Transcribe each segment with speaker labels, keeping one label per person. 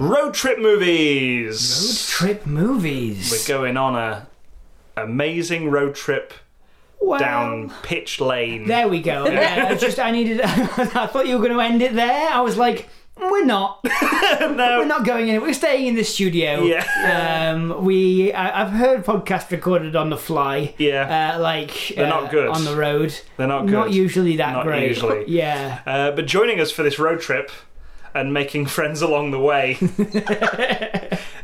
Speaker 1: Road trip movies.
Speaker 2: Trip movies.
Speaker 1: We're going on a amazing road trip
Speaker 3: Well,
Speaker 1: down pitch lane.
Speaker 3: There we go. Yeah, I just I needed. I thought you were going to end it there. I was like, we're not. We're not going in. We're staying in the studio.
Speaker 1: Yeah.
Speaker 3: Um. We. I, I've heard podcasts recorded on the fly.
Speaker 1: Yeah.
Speaker 3: Uh, like
Speaker 1: They're not good.
Speaker 3: on the road.
Speaker 1: They're not good.
Speaker 3: Not usually that
Speaker 1: Not
Speaker 3: great.
Speaker 1: usually.
Speaker 3: Yeah.
Speaker 1: Uh, but joining us for this road trip and making friends along the way,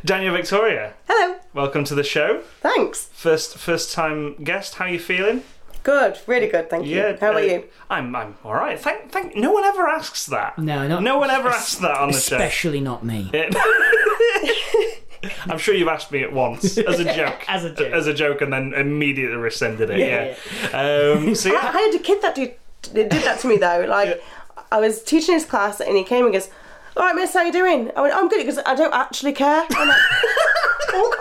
Speaker 1: Daniel Victoria.
Speaker 4: Hello.
Speaker 1: Welcome to the show.
Speaker 4: Thanks.
Speaker 1: First first time guest. How you feeling?
Speaker 4: Good. Really good. Thank you. How
Speaker 1: uh,
Speaker 4: are you?
Speaker 1: I'm I'm all right. Thank thank. No one ever asks that.
Speaker 3: No, not-
Speaker 1: no one ever asks that on the show.
Speaker 3: Especially not me.
Speaker 1: I'm sure you've asked me it once as a joke.
Speaker 3: As a joke.
Speaker 1: As a joke, and then immediately rescinded it. Yeah. Um, so
Speaker 4: I
Speaker 1: yeah.
Speaker 4: I had a kid that did, did that to me though. Like, I was teaching his class and he came and goes, "All right, Miss, how you doing?" I went, "I'm good because I don't actually care." I'm like, oh,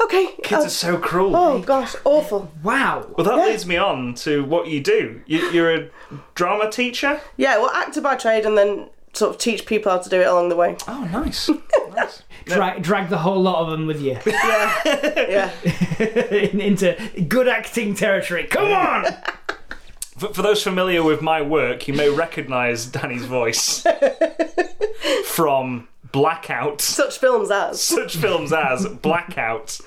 Speaker 4: oh, okay.
Speaker 1: Kids
Speaker 4: oh,
Speaker 1: are so cruel.
Speaker 4: oh gosh, awful.
Speaker 3: Wow.
Speaker 1: Well, that leads me on to what you do. You, you're a drama teacher.
Speaker 4: Yeah. Well, actor by trade and then sort of teach people how to do it along the way.
Speaker 1: Oh, nice. nice.
Speaker 3: Dra- drag the whole lot of them with you
Speaker 4: Yeah.
Speaker 3: in- into good acting territory. Come on.
Speaker 1: For, for those familiar with my work, you may recognise Danny's voice from Blackout.
Speaker 4: Such films as.
Speaker 1: Such films as Blackout,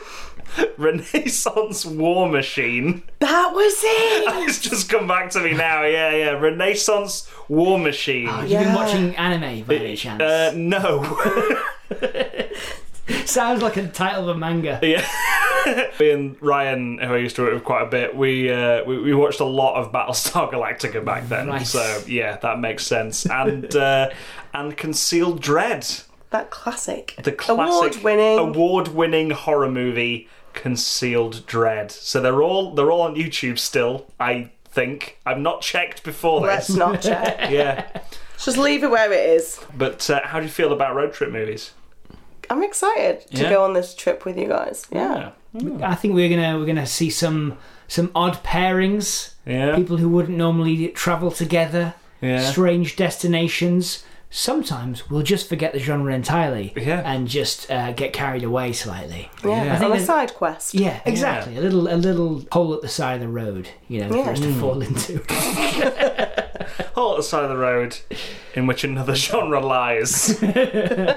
Speaker 1: Renaissance War Machine.
Speaker 4: That was it.
Speaker 1: It's just come back to me now. Yeah, yeah. Renaissance War Machine.
Speaker 3: You've
Speaker 4: Yeah.
Speaker 3: been watching anime by any chance?
Speaker 1: Uh, no.
Speaker 3: Sounds like a title of a manga.
Speaker 1: me and Ryan, who I used to work with quite a bit, we uh, we, we watched a lot of Battlestar Galactica back then.
Speaker 3: Right.
Speaker 1: So yeah, that makes sense. And uh, and Concealed Dread.
Speaker 4: That classic.
Speaker 1: the classic
Speaker 4: Award-winning.
Speaker 1: award-winning horror movie Concealed Dread. So they're all they're all on YouTube still. I think I've not checked before
Speaker 4: Let's
Speaker 1: this.
Speaker 4: not check.
Speaker 1: yeah,
Speaker 4: Just leave it where it is.
Speaker 1: but uh, how do you feel about road trip movies?
Speaker 4: I'm excited to
Speaker 1: Yeah.
Speaker 4: go on this trip with you guys. Yeah.
Speaker 3: I think we're gonna we're gonna see some some odd pairings.
Speaker 1: Yeah.
Speaker 3: People who wouldn't normally travel together.
Speaker 1: Yeah.
Speaker 3: Strange destinations. Sometimes we'll just forget the genre entirely
Speaker 1: Yeah.
Speaker 3: and just uh, get carried away slightly.
Speaker 4: Yeah.
Speaker 1: Yeah. I
Speaker 3: think
Speaker 4: On a
Speaker 3: that-
Speaker 4: side quest.
Speaker 3: Yeah, exactly. A little a little hole at the side of the road, you know, for us to fall into.
Speaker 1: Hole at the side of the road, in which another genre lies. so yeah,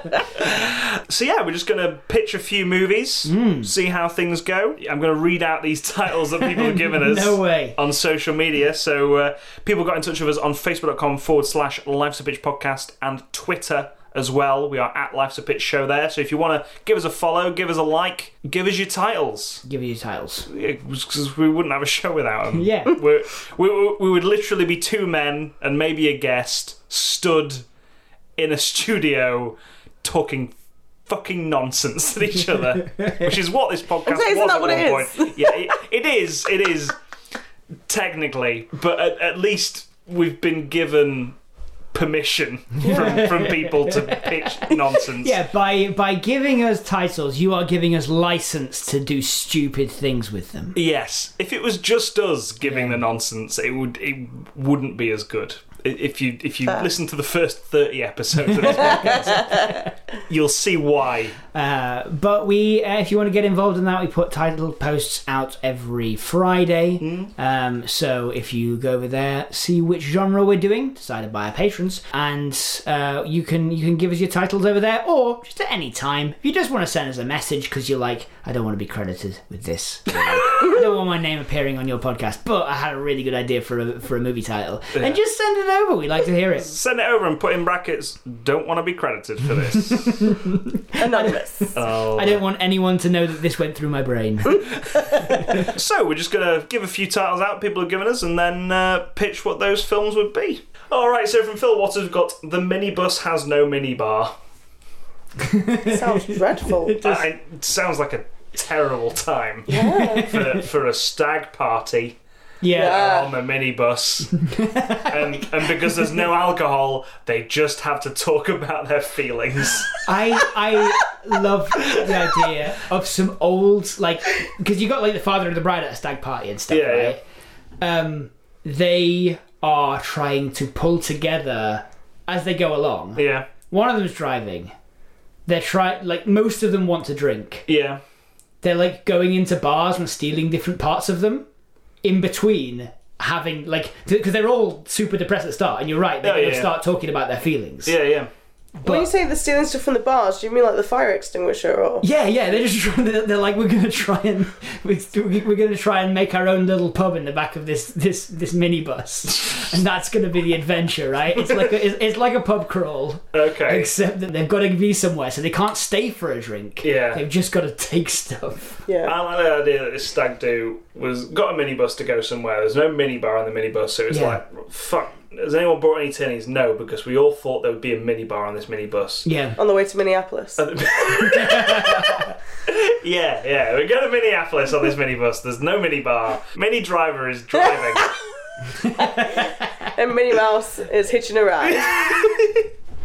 Speaker 1: we're just gonna pitch a few movies,
Speaker 3: Hmm.
Speaker 1: see how things go. I'm gonna read out these titles that people have given us.
Speaker 3: No way.
Speaker 1: on social media. So uh, people got in touch with us on facebook.com forward slash Life's a Pitch podcast and Twitter as well. We are at Life's a Pitch show there. So if you want to give us a follow, give us a like, give us your titles.
Speaker 3: Give you your titles.
Speaker 1: Because we wouldn't have a show without them.
Speaker 3: Yeah.
Speaker 1: We're, we, we would literally be two men and maybe a guest stood in a studio talking fucking nonsense at each other, which is what this podcast
Speaker 4: Isn't
Speaker 1: was
Speaker 4: that
Speaker 1: at one
Speaker 4: what it
Speaker 1: point.
Speaker 4: is?
Speaker 1: Yeah, it, it is. It is technically, but at, at least we've been given permission from, from people to pitch nonsense.
Speaker 3: Yeah, by by giving us titles, you are giving us license to do stupid things with them.
Speaker 1: Yes, if it was just us giving the nonsense, it would it wouldn't be as good. I- If you if you listen to the first thirty episodes of this podcast, you'll see why.
Speaker 3: Uh, but we, uh, if you want to get involved in that, we put title posts out every Friday. Um, so if you go over there, see which genre we're doing, decided by our patrons, and uh, you can you can give us your titles over there, or just at any time. If you just want to send us a message because you're like, I don't want to be credited with this. I don't want my name appearing on your podcast, but I had a really good idea for a, for a movie title, and just send it over. We like to hear it.
Speaker 1: Send it over and put in brackets. Don't want to be credited for this.
Speaker 4: Anonymous.
Speaker 1: oh.
Speaker 3: I don't want anyone to know that this went through my brain.
Speaker 1: So we're just going to give a few titles out people have given us and then uh, pitch what those films would be. All right, so from Phil Waters, we've got The Minibus Has No Minibar.
Speaker 4: Sounds dreadful.
Speaker 3: It does-
Speaker 1: I- it sounds like a terrible time for, for a stag party
Speaker 3: yeah.
Speaker 4: Yeah.
Speaker 1: on a minibus. and, and because there's no alcohol, they just have to talk about their feelings.
Speaker 3: I I love the idea of some old like because you got like the father and the bride at a stag party and stuff,
Speaker 1: Yeah, yeah.
Speaker 3: right? Um, they are trying to pull together as they go along.
Speaker 1: Yeah,
Speaker 3: One of them's driving. They're try like most of them want to drink.
Speaker 1: yeah.
Speaker 3: They're like going into bars and stealing different parts of them. In between having like because they're all super depressed at the start, and you're right. They
Speaker 1: Oh, yeah.
Speaker 3: start talking about their feelings.
Speaker 1: Yeah, yeah.
Speaker 4: when you say they're stealing stuff from the bars, do you mean like the fire extinguisher or?
Speaker 3: Yeah, yeah, they're just trying to, they're like we're gonna try and we're, we're gonna try and make our own little pub in the back of this this this minibus, and that's gonna be the adventure, right? It's like a, it's, it's like a pub crawl,
Speaker 1: Okay.
Speaker 3: except that they've got to be somewhere, so they can't stay for a drink.
Speaker 1: Yeah.
Speaker 3: they've just got to take stuff.
Speaker 4: Yeah.
Speaker 1: I like the idea that this stag do was got a minibus to go somewhere. There's no minibar in the minibus, so it's
Speaker 3: Yeah.
Speaker 1: like, fuck. Has anyone brought any tinnies? No, because we all thought there would be a minibar on this minibus.
Speaker 3: Yeah,
Speaker 4: On the way to Minneapolis.
Speaker 1: Uh, Yeah, yeah. We go to Minneapolis on this minibus. There's no minibar. Mini driver is driving.
Speaker 4: and Minnie Mouse is hitching a ride.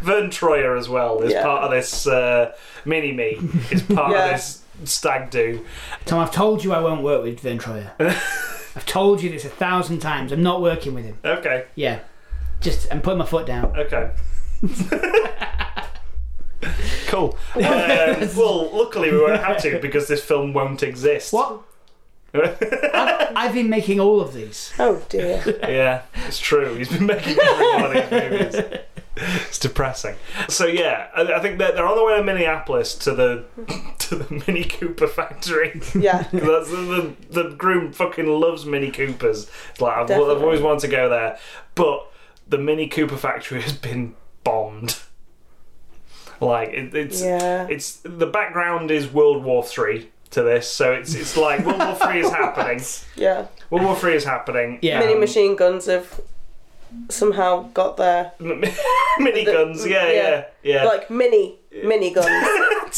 Speaker 1: Vern Troyer as well is
Speaker 4: Yeah.
Speaker 1: part of this uh, mini me. Is part
Speaker 4: Yeah.
Speaker 1: of this stag do.
Speaker 3: Tom, I've told you I won't work with Vern Troyer. I've told you this a thousand times. I'm not working with him.
Speaker 1: Okay,
Speaker 3: Yeah, just I'm putting my foot down.
Speaker 1: okay. cool. Uh, well, luckily we won't have to because this film won't exist.
Speaker 3: What? I've, I've been making all of these.
Speaker 4: Oh dear.
Speaker 1: Yeah, it's true. He's been making every one of these movies. It's depressing. So yeah, I, I think that they're on the way to Minneapolis to the to the Mini Cooper factory.
Speaker 4: Yeah.
Speaker 1: That's the, the the groom fucking loves Mini Coopers. It's Like I've, I've
Speaker 4: Definitely.
Speaker 1: always wanted to go there, but the Mini Cooper factory has been bombed. Like it, it's
Speaker 4: Yeah.
Speaker 1: it's the background is World War Three to this, so it's it's like World War Three is happening.
Speaker 4: Yeah.
Speaker 1: World War Three is happening. Um,
Speaker 3: Yeah.
Speaker 4: Mini machine guns have somehow got there.
Speaker 1: mini guns. Yeah, yeah,
Speaker 4: yeah.
Speaker 1: yeah.
Speaker 4: Like mini mini guns.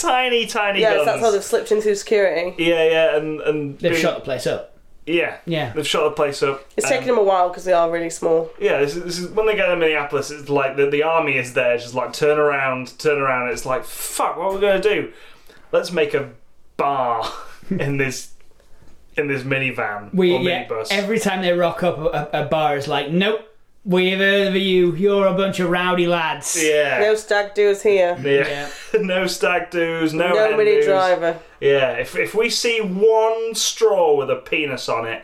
Speaker 1: tiny, tiny
Speaker 4: yeah,
Speaker 1: guns.
Speaker 4: so that's how they've slipped into security.
Speaker 1: yeah, yeah, and and
Speaker 3: They've
Speaker 1: doing-
Speaker 3: shut the place up.
Speaker 1: Yeah,
Speaker 3: Yeah.
Speaker 1: they've shut the place up.
Speaker 4: It's
Speaker 1: Um,
Speaker 4: taken them a while because they are really small.
Speaker 1: Yeah, this is, this is when they go to Minneapolis. It's like the, the army is there, just like turn around, turn around. It's like fuck, what are we gonna do? Let's make a bar in this in this minivan
Speaker 3: We,
Speaker 1: or
Speaker 3: yeah,
Speaker 1: minibus.
Speaker 3: every time they rock up, a, a bar is like, nope, we've heard of you. You're a bunch of rowdy lads.
Speaker 1: yeah.
Speaker 4: No stag doers here.
Speaker 1: No, yeah. no stag do's, no,
Speaker 4: No
Speaker 1: hen
Speaker 4: mini
Speaker 1: do's.
Speaker 4: driver.
Speaker 1: Yeah, if, if we see one straw with a penis on it,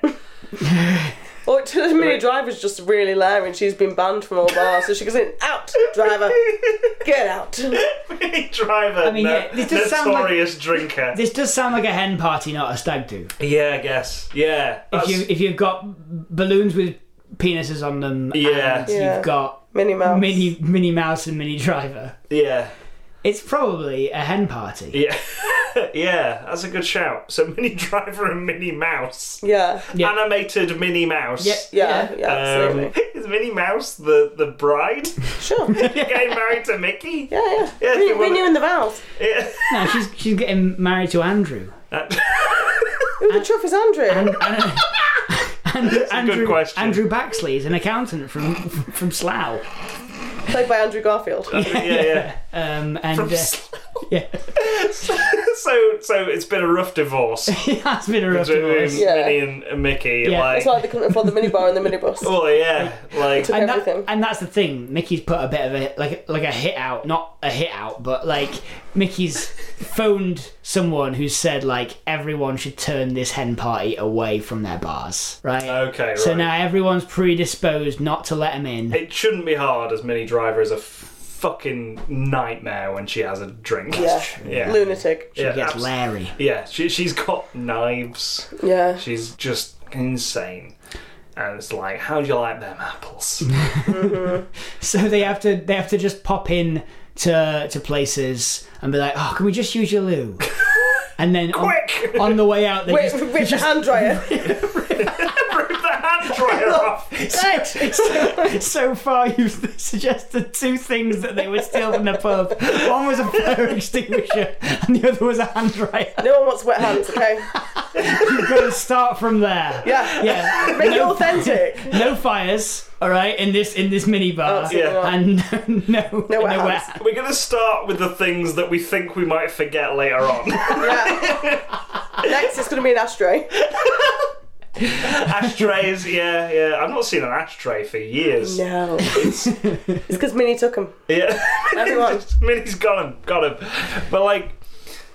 Speaker 4: Oh, the mini driver's just really loud and she's been banned from all bars, so she goes in, out, driver, get out.
Speaker 1: Mini driver, I
Speaker 3: mean,
Speaker 1: no,
Speaker 3: yeah, this does sound like-
Speaker 1: notorious drinker.
Speaker 3: This does sound like a hen party, not a stag do.
Speaker 1: Yeah, I guess. Yeah.
Speaker 3: If,
Speaker 1: that's-
Speaker 3: you, if you've got balloons with penises on them,
Speaker 1: Yeah.
Speaker 3: and
Speaker 4: Yeah.
Speaker 3: you've got
Speaker 4: Minnie Mouse.
Speaker 3: mini, mini mouse and mini driver,
Speaker 1: yeah.
Speaker 3: it's probably a hen party.
Speaker 1: Yeah. yeah, that's a good shout. So Mini Driver and Mini Mouse.
Speaker 4: Yeah.
Speaker 3: Yeah.
Speaker 1: Animated Mini Mouse.
Speaker 3: Yeah.
Speaker 4: Yeah, yeah,
Speaker 1: Um,
Speaker 4: absolutely.
Speaker 1: is Minnie Mouse the, the bride
Speaker 4: Sure. Yeah,
Speaker 1: getting married to Mickey?
Speaker 4: yeah.
Speaker 1: Yeah,
Speaker 4: we,
Speaker 1: if you
Speaker 4: we
Speaker 1: wanna-
Speaker 4: knew in the vows.
Speaker 1: Yeah.
Speaker 3: No, she's, she's getting married to Andrew.
Speaker 4: Who the truff is Andrew?
Speaker 3: And, and, and- Andrew,
Speaker 1: question.
Speaker 3: Andrew Baxley is an accountant from from Slough.
Speaker 4: Played by Andrew Garfield.
Speaker 1: yeah, yeah.
Speaker 3: Um, and uh, yeah,
Speaker 1: so so it's been a rough divorce
Speaker 3: that's been a rough
Speaker 1: between
Speaker 3: divorce.
Speaker 4: Yeah.
Speaker 1: Minnie and, and Mickey.
Speaker 3: Yeah.
Speaker 1: Like,
Speaker 4: It's like they couldn't afford the minibar and the minibus.
Speaker 1: oh yeah, like
Speaker 4: Took
Speaker 3: and
Speaker 4: everything.
Speaker 3: That, and that's the thing. Mickey's put a bit of a like like a hit out, not a hit out, but like Mickey's phoned someone who said like everyone should turn this hen party away from their bars, right?
Speaker 1: okay. Oh, Right.
Speaker 3: So now everyone's predisposed not to let them in.
Speaker 1: It shouldn't be hard as Mini Driver is a f- fucking nightmare when she has a drink.
Speaker 4: Yeah.
Speaker 1: Yeah.
Speaker 4: Lunatic.
Speaker 1: yeah,
Speaker 3: it gets
Speaker 1: abs-
Speaker 3: Larry.
Speaker 1: yeah, she, she's got knives.
Speaker 4: Yeah.
Speaker 1: She's just insane. And it's like, how do you like them apples?
Speaker 3: So they have to they have to just pop in to to places and be like, oh, can we just use your loo? And then on,
Speaker 1: Quick!
Speaker 3: on the way out, they
Speaker 4: Wait,
Speaker 3: just
Speaker 4: with the hand dryer.
Speaker 1: the hand dryer off.
Speaker 3: so, so far, you've suggested two things that they were still in the pub. One was a fire extinguisher, and the other was a hand dryer.
Speaker 4: No one wants wet hands, okay?
Speaker 3: You've got to start from there.
Speaker 4: Yeah.
Speaker 3: Yeah.
Speaker 4: Make it authentic.
Speaker 3: No fires, all right, in this in this mini bar,
Speaker 4: Oh, so
Speaker 1: Yeah.
Speaker 3: and no no,
Speaker 4: No wet
Speaker 3: wet-
Speaker 4: hands.
Speaker 1: We're going to start with the things that we think we might forget later on.
Speaker 4: Yeah. Next, it's going to be an ashtray.
Speaker 1: Ashtrays, yeah, yeah. I've not seen an ashtray for years.
Speaker 4: No. It's because Minnie took them.
Speaker 1: Yeah.
Speaker 4: Everyone.
Speaker 1: Minnie's got him, got him. But like,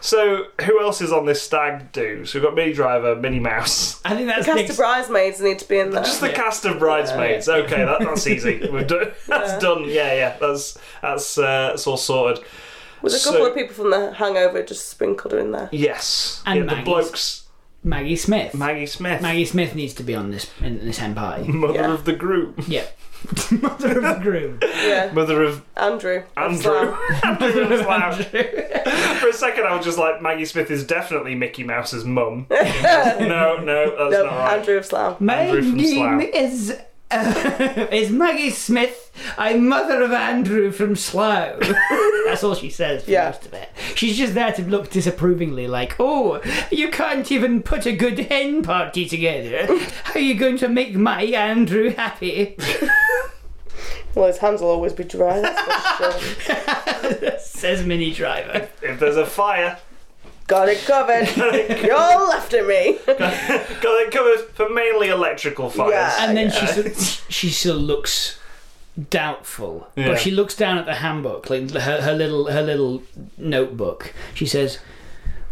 Speaker 1: so who else is on this stag do? So we've got Mini Driver, Minnie Mouse.
Speaker 3: I think that's
Speaker 4: Cast of
Speaker 3: next.
Speaker 4: bridesmaids need to be in there.
Speaker 1: Just the cast of bridesmaids. Okay, that, that's easy. We've done. That's done. Yeah, yeah. That's that's uh, that's all sorted.
Speaker 4: With a couple
Speaker 1: so-
Speaker 4: of people from the hangover just sprinkled her in there.
Speaker 1: Yes.
Speaker 3: And
Speaker 1: yeah, the
Speaker 3: Maggie's.
Speaker 1: blokes.
Speaker 3: Maggie Smith.
Speaker 1: Maggie Smith,
Speaker 3: Maggie Smith needs to be on this in this hen party.
Speaker 1: mother
Speaker 4: Yeah.
Speaker 1: of the group,
Speaker 3: Yeah. Mother of the groom.
Speaker 4: Yeah.
Speaker 1: mother of
Speaker 4: Andrew.
Speaker 1: Andrew. Andrew was loud.
Speaker 3: Andrew.
Speaker 1: For a second, I was just like, Maggie Smith is definitely Mickey Mouse's mum. no, no, that's
Speaker 4: No,
Speaker 1: not right.
Speaker 4: Andrew of Slough.
Speaker 1: Andrew from
Speaker 3: Maggie
Speaker 1: Slough.
Speaker 3: is uh, is Maggie Smith. I'm mother of Andrew from Slough. That's all she says for
Speaker 4: Yeah.
Speaker 3: most of it. She's just there to look disapprovingly, like, "Oh, you can't even put a good hen party together. How are you going to make my Andrew happy?"
Speaker 4: Well, his hands will always be dry. That's for sure.
Speaker 3: Says Minnie Driver.
Speaker 1: If there's a fire,
Speaker 4: Got it covered. You're after me.
Speaker 1: God, it covers for mainly electrical fires.
Speaker 4: Yeah.
Speaker 3: And then she still, she still looks doubtful,
Speaker 1: Yeah.
Speaker 3: but she looks down at the handbook, like her, her little her little notebook. She says,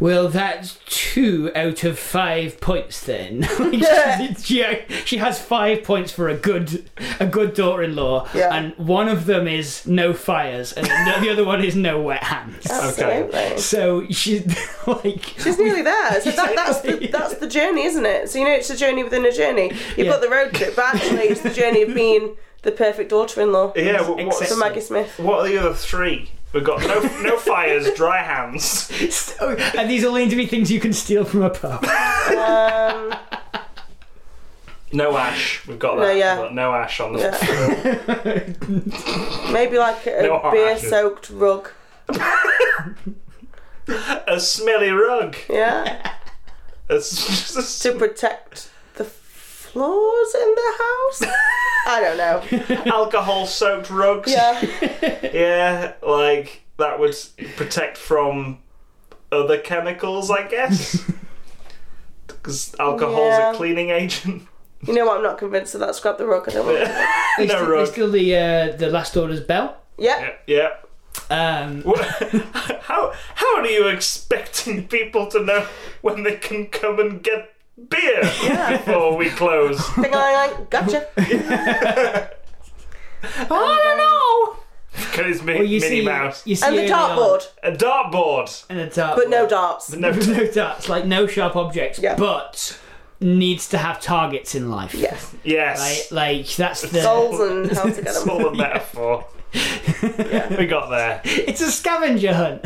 Speaker 3: "Well, that's two out of five points then." Like, she, she, she has five points for a good a good daughter-in-law,
Speaker 4: Yeah.
Speaker 3: and one of them is no fires, and the, the other one is no wet hands.
Speaker 4: Oh. Absolutely.
Speaker 3: So she like
Speaker 4: She's nearly there. So that, that's the that's the journey, isn't it? So you know it's a journey within a journey. You've
Speaker 3: Yeah.
Speaker 4: got the road trip, but actually it's the journey of being the perfect daughter-in-law.
Speaker 1: Yeah, wh- what's-
Speaker 4: for Maggie Smith.
Speaker 1: What are the other three? We've got no no fires, dry hands.
Speaker 3: so, and these all need to be things you can steal from a pub.
Speaker 4: Um,
Speaker 1: No ash. We've got that.
Speaker 4: No, yeah.
Speaker 1: We've got no ash on the
Speaker 4: yeah. Maybe like a
Speaker 1: No hard ashes.
Speaker 4: beer-soaked rug.
Speaker 1: A smelly rug.
Speaker 4: Yeah,
Speaker 1: It's just-
Speaker 4: to protect the floors in the house. I don't know.
Speaker 1: alcohol soaked rugs.
Speaker 4: Yeah,
Speaker 1: Yeah, like that would protect from other chemicals, I guess. Because alcohol's
Speaker 4: Yeah.
Speaker 1: a cleaning agent.
Speaker 4: you know what? I'm not convinced of that. Scrap the rug. I don't want it.
Speaker 3: There's
Speaker 1: no
Speaker 3: still,
Speaker 1: rug.
Speaker 3: there's still the uh, the last order's bell.
Speaker 4: Yeah.
Speaker 1: Yeah. yeah.
Speaker 3: Um,
Speaker 1: What- how how are you expecting people to know when they can come and get beer before we close?
Speaker 4: Ding like, gotcha.
Speaker 1: I don't know. Because it's Mi-
Speaker 3: well, you
Speaker 1: Minnie
Speaker 3: see,
Speaker 1: Mouse.
Speaker 3: you see
Speaker 4: And the
Speaker 3: early
Speaker 4: dartboard,
Speaker 1: A dartboard.
Speaker 3: on- and the dartboard,
Speaker 4: but no darts.
Speaker 1: No,
Speaker 3: no darts, like no sharp objects,
Speaker 4: Yeah.
Speaker 3: but needs to have targets in life.
Speaker 4: Yes.
Speaker 1: yes.
Speaker 3: Right, like that's the.
Speaker 4: Souls and how to get them.
Speaker 1: It's all a metaphor. We got there.
Speaker 3: It's a scavenger hunt.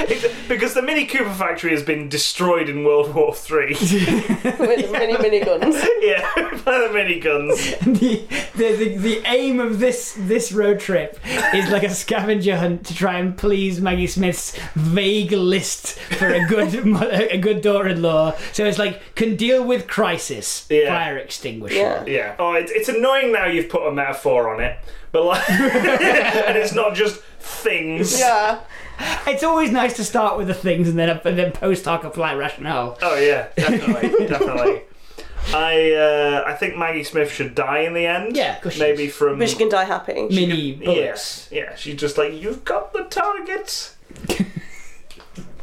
Speaker 1: It- because the Mini Cooper factory has been destroyed in World War Three.
Speaker 4: with mini mini guns.
Speaker 1: yeah, by the miniguns.
Speaker 3: the, the, the, the aim of this this road trip is like a scavenger hunt to try and please Maggie Smith's vague list for a good mo- a good daughter-in-law. So it's like can deal with crisis,
Speaker 1: Yeah.
Speaker 3: fire extinguisher.
Speaker 4: Yeah.
Speaker 1: Yeah. Oh, it's, it's annoying now you've put a metaphor on it, but like, and it's not just things.
Speaker 4: Yeah.
Speaker 3: It's always nice to start with the things and then and then post hoc apply rationale.
Speaker 1: Oh yeah, definitely, definitely. I uh, I think Maggie Smith should die in the end.
Speaker 3: Yeah, of course she
Speaker 1: maybe
Speaker 3: Um,
Speaker 1: from
Speaker 4: But she can die happy.
Speaker 3: Mini bullets.
Speaker 1: yes, yeah, She's just like you've got the target. Take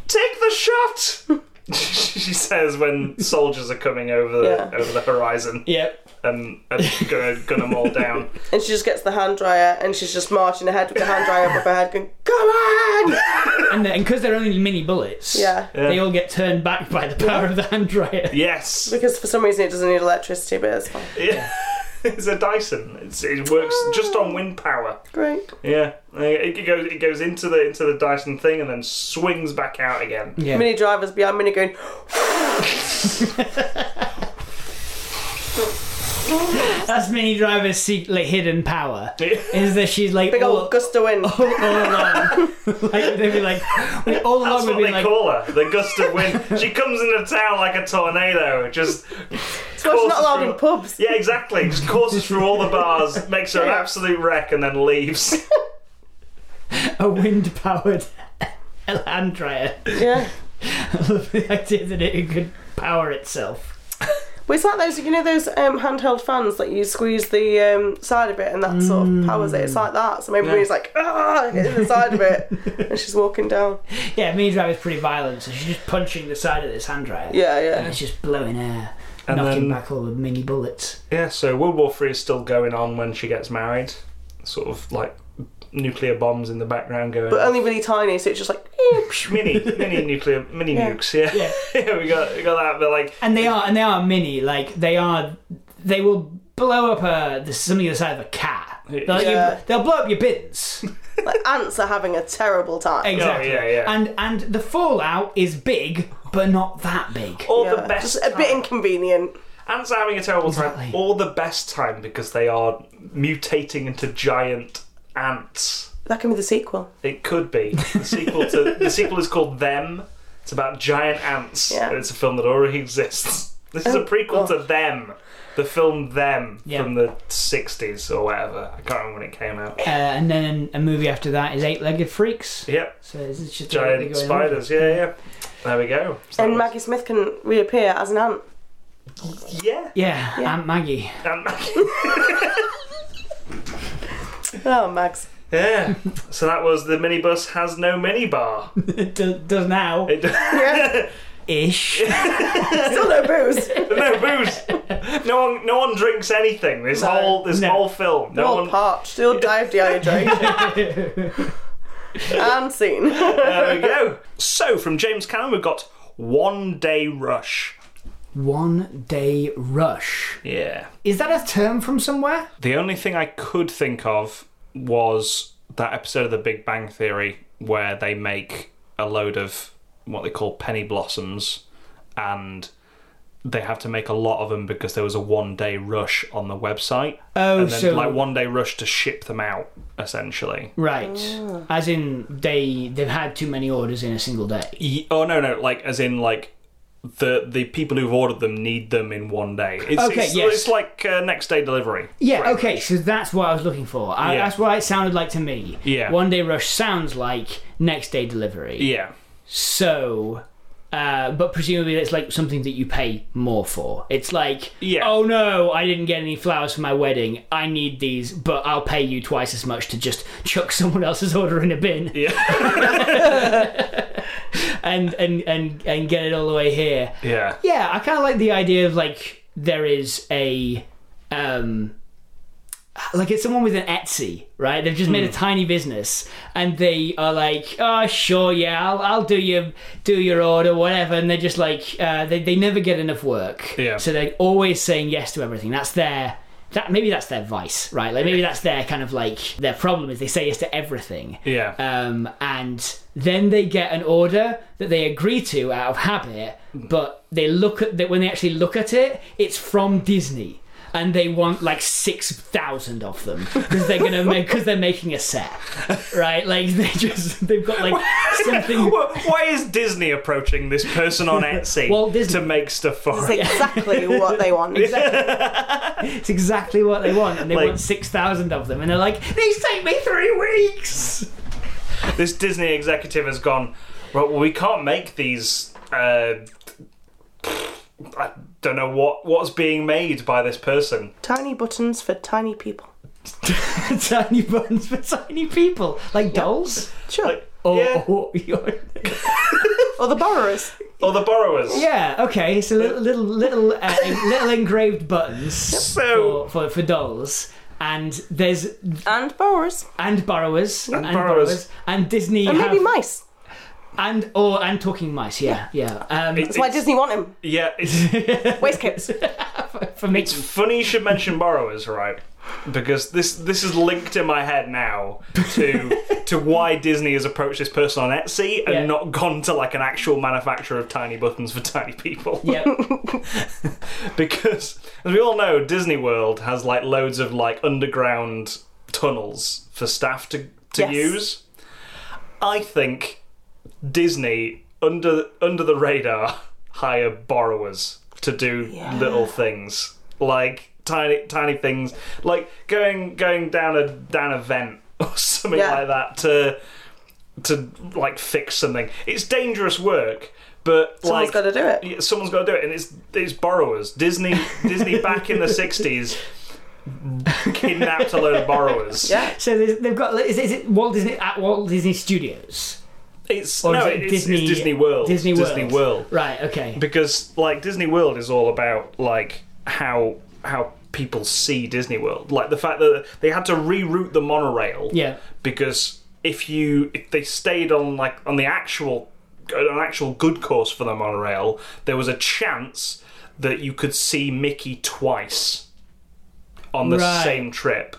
Speaker 1: the shot. she says when soldiers are coming over the,
Speaker 4: Yeah.
Speaker 1: over the horizon
Speaker 3: Yep.
Speaker 1: and, and gonna gun them all down.
Speaker 4: And she just gets the hand dryer and she's just marching ahead with the hand dryer above her head going, Come on!
Speaker 3: And because they're only mini bullets,
Speaker 4: Yeah.
Speaker 3: they all get turned back by the power of the hand dryer.
Speaker 1: Yes,
Speaker 4: Because for some reason it doesn't need electricity, but it's fine.
Speaker 1: yeah. it's a Dyson. It's, it works just on wind power.
Speaker 4: Great.
Speaker 1: Yeah, it it goes it goes into the into the Dyson thing and then swings back out again.
Speaker 3: Yeah.
Speaker 4: Mini drivers behind Mini going,
Speaker 3: That's Minnie Driver's secret hidden power. Is that she's like oh,
Speaker 4: Big
Speaker 3: all,
Speaker 4: old gust of wind.
Speaker 3: all, all along. like they'd be like we all
Speaker 1: That's
Speaker 3: along
Speaker 1: what
Speaker 3: would be
Speaker 1: they
Speaker 3: like
Speaker 1: call her, the gust of wind. she comes into town like a tornado, just
Speaker 4: That's why she's not allowed in pubs.
Speaker 1: Yeah, exactly. Just courses through all the bars, makes her an
Speaker 4: Yeah.
Speaker 1: absolute wreck, and then leaves.
Speaker 3: a wind powered hand dryer.
Speaker 4: Yeah.
Speaker 3: love the idea that it could power itself.
Speaker 4: But it's like those, you know, those um, handheld fans that you squeeze the um, side of it and that sort of powers it. It's like that. So maybe
Speaker 1: Mm. Yeah.
Speaker 4: he's like, ah, hitting the side of it, and she's walking down.
Speaker 3: Yeah, Minnie Driver's pretty violent, so she's just punching the side of this hand dryer.
Speaker 4: Yeah,
Speaker 3: And
Speaker 4: yeah.
Speaker 3: it's just blowing air,
Speaker 1: And then-
Speaker 3: knocking back all the mini bullets.
Speaker 1: yeah, so World War Three is still going on when she gets married. Sort of like nuclear bombs in the background going.
Speaker 4: But
Speaker 1: off.
Speaker 4: only really tiny, so it's just like, eep.
Speaker 1: mini, mini nuclear, mini
Speaker 4: Yeah.
Speaker 1: nukes. Yeah,
Speaker 3: Yeah.
Speaker 1: yeah. we got we got that. But like,
Speaker 3: And they are and they are mini, like they are they will blow up a the, something the size of a cat. They'll, like, you-
Speaker 4: Yeah.
Speaker 3: they'll blow up your bins.
Speaker 4: like ants are having a terrible time.
Speaker 3: Exactly.
Speaker 1: Oh, yeah, yeah.
Speaker 3: And and the fallout is big, but not that big.
Speaker 1: all
Speaker 4: Yeah.
Speaker 1: the best.
Speaker 4: Just a bit
Speaker 1: time.
Speaker 4: inconvenient.
Speaker 1: Ants are having a terrible
Speaker 3: Exactly.
Speaker 1: time. All the best time because they are mutating into giant ants.
Speaker 4: That can be the sequel.
Speaker 1: It could be the sequel to the sequel is called Them. It's about giant ants.
Speaker 4: Yeah.
Speaker 1: And it's a film that already exists. This is a
Speaker 4: Oh,
Speaker 1: prequel to Them, the film Them
Speaker 3: Yeah.
Speaker 1: from the '60s or whatever. I can't remember when it came out.
Speaker 3: Uh, and then a movie after that is Eight Legged Freaks.
Speaker 1: Yep,
Speaker 3: So this is just really
Speaker 1: giant
Speaker 3: going on.
Speaker 1: spiders. Yeah, yeah. There we go. So
Speaker 4: And
Speaker 1: that was-
Speaker 4: Maggie Smith can reappear as an ant.
Speaker 1: Yeah,
Speaker 3: Yeah,
Speaker 4: Yeah.
Speaker 3: Aunt Maggie.
Speaker 1: and Maggie.
Speaker 4: Oh, Mags.
Speaker 1: Yeah. So that was the minibus has no minibar.
Speaker 3: It do- does now.
Speaker 1: It,
Speaker 3: Ish.
Speaker 4: Still no booze.
Speaker 1: no booze. No one, no one drinks anything. This
Speaker 4: No.
Speaker 1: whole, this
Speaker 3: No.
Speaker 1: whole film. No
Speaker 4: All
Speaker 1: one.
Speaker 4: parched. Still die of dehydration. and scene.
Speaker 1: There we go. So from James Cannon, we've got One Day Rush.
Speaker 3: One day rush.
Speaker 1: Yeah.
Speaker 3: Is that a term from somewhere?
Speaker 1: The only thing I could think of was that episode of The Big Bang Theory where they make a load of what they call penny blossoms and they have to make a lot of them because there was a one day rush on the website.
Speaker 3: Oh,
Speaker 1: and then
Speaker 3: so
Speaker 1: like one day rush to ship them out essentially.
Speaker 3: right. As in they they've had too many orders in a single day.
Speaker 1: Y- Oh no, no, like as in like the the people who've ordered them need them in one day. It's,
Speaker 3: Okay,
Speaker 1: it's,
Speaker 3: yes.
Speaker 1: it's like uh, next day delivery.
Speaker 3: Yeah.
Speaker 1: Right.
Speaker 3: Okay. So that's what I was looking for. I,
Speaker 1: Yeah.
Speaker 3: That's what it sounded like to me.
Speaker 1: Yeah.
Speaker 3: One day rush sounds like next day delivery.
Speaker 1: Yeah.
Speaker 3: So. Uh, but presumably it's like something that you pay more for. It's like,
Speaker 1: Yeah.
Speaker 3: oh no, I didn't get any flowers for my wedding. I need these, but I'll pay you twice as much to just chuck someone else's order in a bin.
Speaker 1: Yeah.
Speaker 3: and and and and get it all the way here.
Speaker 1: yeah.
Speaker 3: Yeah, I kind of like the idea of like there is a um like it's someone with an Etsy, right? They've just made a tiny business and they are like, "Oh, sure, yeah, I'll I'll do your do your order whatever." And they're just like uh they they never get enough work.
Speaker 1: Yeah.
Speaker 3: So they're always saying yes to everything. That's their that maybe that's their vice, right? Like maybe that's their kind of like their problem is they say yes to everything.
Speaker 1: Yeah.
Speaker 3: Um, and then they get an order that they agree to out of habit,
Speaker 1: Mm-hmm.
Speaker 3: but they look at that when they actually look at it, it's from Disney. And they want like six thousand of them because they're gonna make because they're making a set, right? Like they just they've got like something.
Speaker 1: Wh- Why is Disney approaching this person on Etsy
Speaker 3: Walt Disney.
Speaker 1: to make stuff for
Speaker 4: It's
Speaker 1: her?
Speaker 4: exactly what they want. Exactly.
Speaker 3: It's exactly what they want, and they
Speaker 1: Like-
Speaker 3: want six thousand of them, and they're like, "These take me three weeks."
Speaker 1: This Disney executive has gone, well, we can't make these. Uh, I don't know what what's being made by this person.
Speaker 4: Tiny buttons for tiny people.
Speaker 3: tiny buttons for tiny people, like dolls.
Speaker 4: Sure.
Speaker 3: Or,
Speaker 1: Yeah.
Speaker 3: or your,
Speaker 4: or the borrowers.
Speaker 1: Or the borrowers.
Speaker 3: Yeah. Okay. So little little little, uh, little engraved buttons
Speaker 1: So-
Speaker 3: for, for for dolls. And there's
Speaker 4: And borrowers.
Speaker 3: and borrowers and,
Speaker 1: borrowers.
Speaker 3: and Disney
Speaker 4: And
Speaker 3: have,
Speaker 4: maybe mice.
Speaker 3: and or and talking mice yeah yeah um,
Speaker 1: It-
Speaker 4: That's why
Speaker 1: it's-
Speaker 4: Disney want him.
Speaker 1: Yeah, it's,
Speaker 4: Waistcoats.
Speaker 3: for me
Speaker 1: it's funny you should mention borrowers, right? because this this is linked in my head now to to why Disney has approached this person on Etsy and
Speaker 3: Yeah.
Speaker 1: not gone to like an actual manufacturer of tiny buttons for tiny people.
Speaker 3: Yep.
Speaker 1: because as we all know, Disney World has like loads of like underground tunnels for staff to to
Speaker 4: Yes.
Speaker 1: use. I think Disney under under the radar hire borrowers to do little things like tiny tiny things like going going down a down a vent or something
Speaker 4: Yeah.
Speaker 1: like that to to like fix something. It's dangerous work, but
Speaker 4: Someone's
Speaker 1: like
Speaker 4: got to do it.
Speaker 1: yeah, someone's got to do it, and it's it's borrowers. Disney Disney back in the sixties kidnapped a load of borrowers.
Speaker 4: Yeah.
Speaker 3: so there's- they've got is, is it Walt Disney at Walt Disney Studios?
Speaker 1: It's
Speaker 3: Or
Speaker 1: no,
Speaker 3: is it
Speaker 1: it's it's Disney,
Speaker 3: Disney-
Speaker 1: World.
Speaker 3: Disney World.
Speaker 1: Disney World.
Speaker 3: Right. Okay.
Speaker 1: Because like Disney World is all about like how how people see Disney World. Like the fact that they had to reroute the monorail.
Speaker 3: Yeah.
Speaker 1: Because if you if they stayed on like on the actual an actual good course for the monorail, there was a chance that you could see Mickey twice on the
Speaker 3: Right.
Speaker 1: same trip.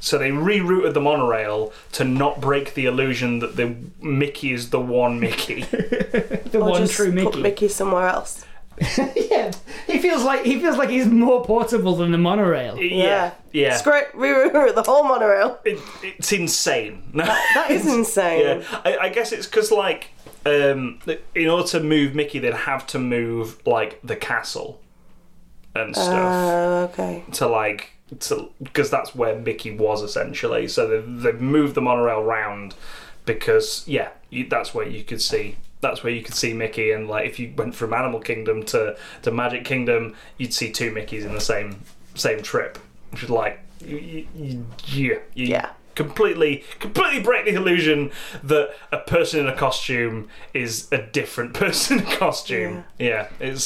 Speaker 1: So they rerouted the monorail to not break the illusion that the Mickey is the one Mickey.
Speaker 3: The
Speaker 4: Or
Speaker 3: one
Speaker 4: just
Speaker 3: true
Speaker 4: Put
Speaker 3: Mickey.
Speaker 4: Mickey somewhere else.
Speaker 3: yeah. He feels like he feels like he's more portable than the monorail.
Speaker 1: yeah. Yeah.
Speaker 4: Screw it. Reroute the whole monorail.
Speaker 1: it, it's insane.
Speaker 4: That is insane.
Speaker 1: yeah, I, I guess it's because like um, in order to move Mickey, they'd have to move like the castle and stuff
Speaker 4: Oh, okay.
Speaker 1: to like to because that's where Mickey was essentially. So they've, they've moved the monorail round because yeah, you, that's where you could see. That's where you could see Mickey, and like if you went from Animal Kingdom to, to Magic Kingdom, you'd see two Mickeys in the same same trip, which is like you, you, you, you
Speaker 4: Yeah.
Speaker 1: completely completely break the illusion that a person in a costume is a different person in a costume. Yeah, it's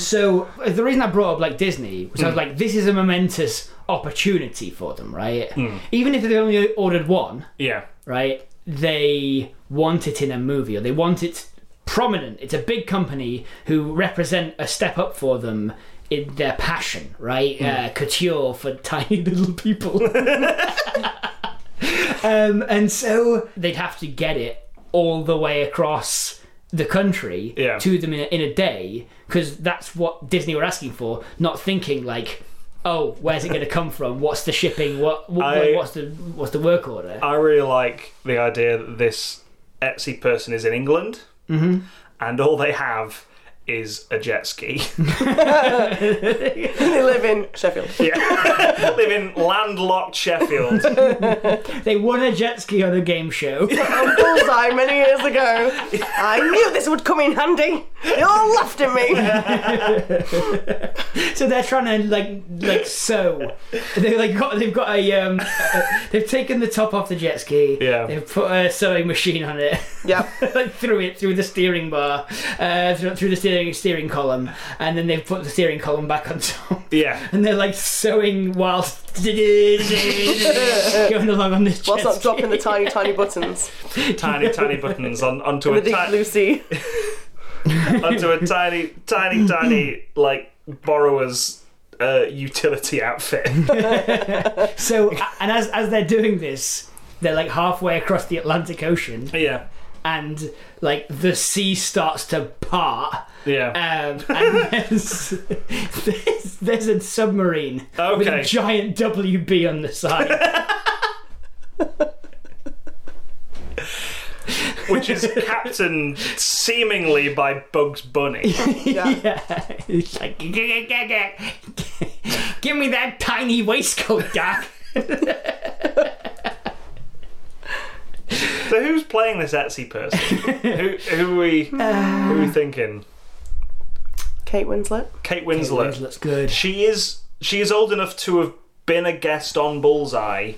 Speaker 3: So uh, the reason I brought up like Disney was I was like, this is a momentous opportunity for them, right? Even if they only ordered one,
Speaker 1: yeah.
Speaker 3: right? They want it in a movie, or they want it prominent. It's a big company who represent a step up for them in their passion, right?
Speaker 1: Hmm.
Speaker 3: Uh, couture for tiny little people. um, and so they'd have to get it all the way across the country
Speaker 1: Yeah.
Speaker 3: to them in a, in a day because that's what Disney were asking for, not thinking like. Oh, where's it going to come from? What's the shipping? What, what
Speaker 1: I-
Speaker 3: what's the what's the work order?
Speaker 1: I really like the idea that this Etsy person is in England, and all they have is a jet ski.
Speaker 4: They live in Sheffield.
Speaker 1: yeah, live in landlocked Sheffield.
Speaker 3: They won a jet ski on a game show.
Speaker 4: on Bullseye many years ago. I knew this would come in handy. They all laughed at me.
Speaker 3: so they're trying to like like sew. They like got they've got a um a- they've taken the top off the jet ski.
Speaker 1: Yeah.
Speaker 3: They've put a sewing machine on it.
Speaker 4: Yep.
Speaker 3: like through it through the steering bar, uh through, through the steering steering column, and then they've put the steering column back on top.
Speaker 1: Yeah,
Speaker 3: And they're like sewing whilst going along on this jet
Speaker 4: Whilst not
Speaker 3: ski.
Speaker 4: dropping the tiny, tiny buttons.
Speaker 1: tiny, tiny buttons on, onto
Speaker 4: The
Speaker 1: a
Speaker 4: big
Speaker 1: ti-
Speaker 4: Lucy.
Speaker 1: onto a tiny, tiny, tiny like borrower's uh, utility outfit.
Speaker 3: So and as as they're doing this, they're like halfway across the Atlantic Ocean.
Speaker 1: yeah,
Speaker 3: and like the sea starts to part.
Speaker 1: yeah.
Speaker 3: Um, and there's, there's, there's a submarine with a
Speaker 1: Okay.
Speaker 3: giant WB on the side.
Speaker 1: which is captained seemingly by Bugs Bunny.
Speaker 4: Yeah.
Speaker 3: yeah, it's like give me that tiny waistcoat, Doc.
Speaker 1: So who's playing this Etsy person? who, who we who we thinking?
Speaker 4: Kate Winslet.
Speaker 1: Kate Winslet.
Speaker 3: looks good.
Speaker 1: She is she is old enough to have been a guest on Bullseye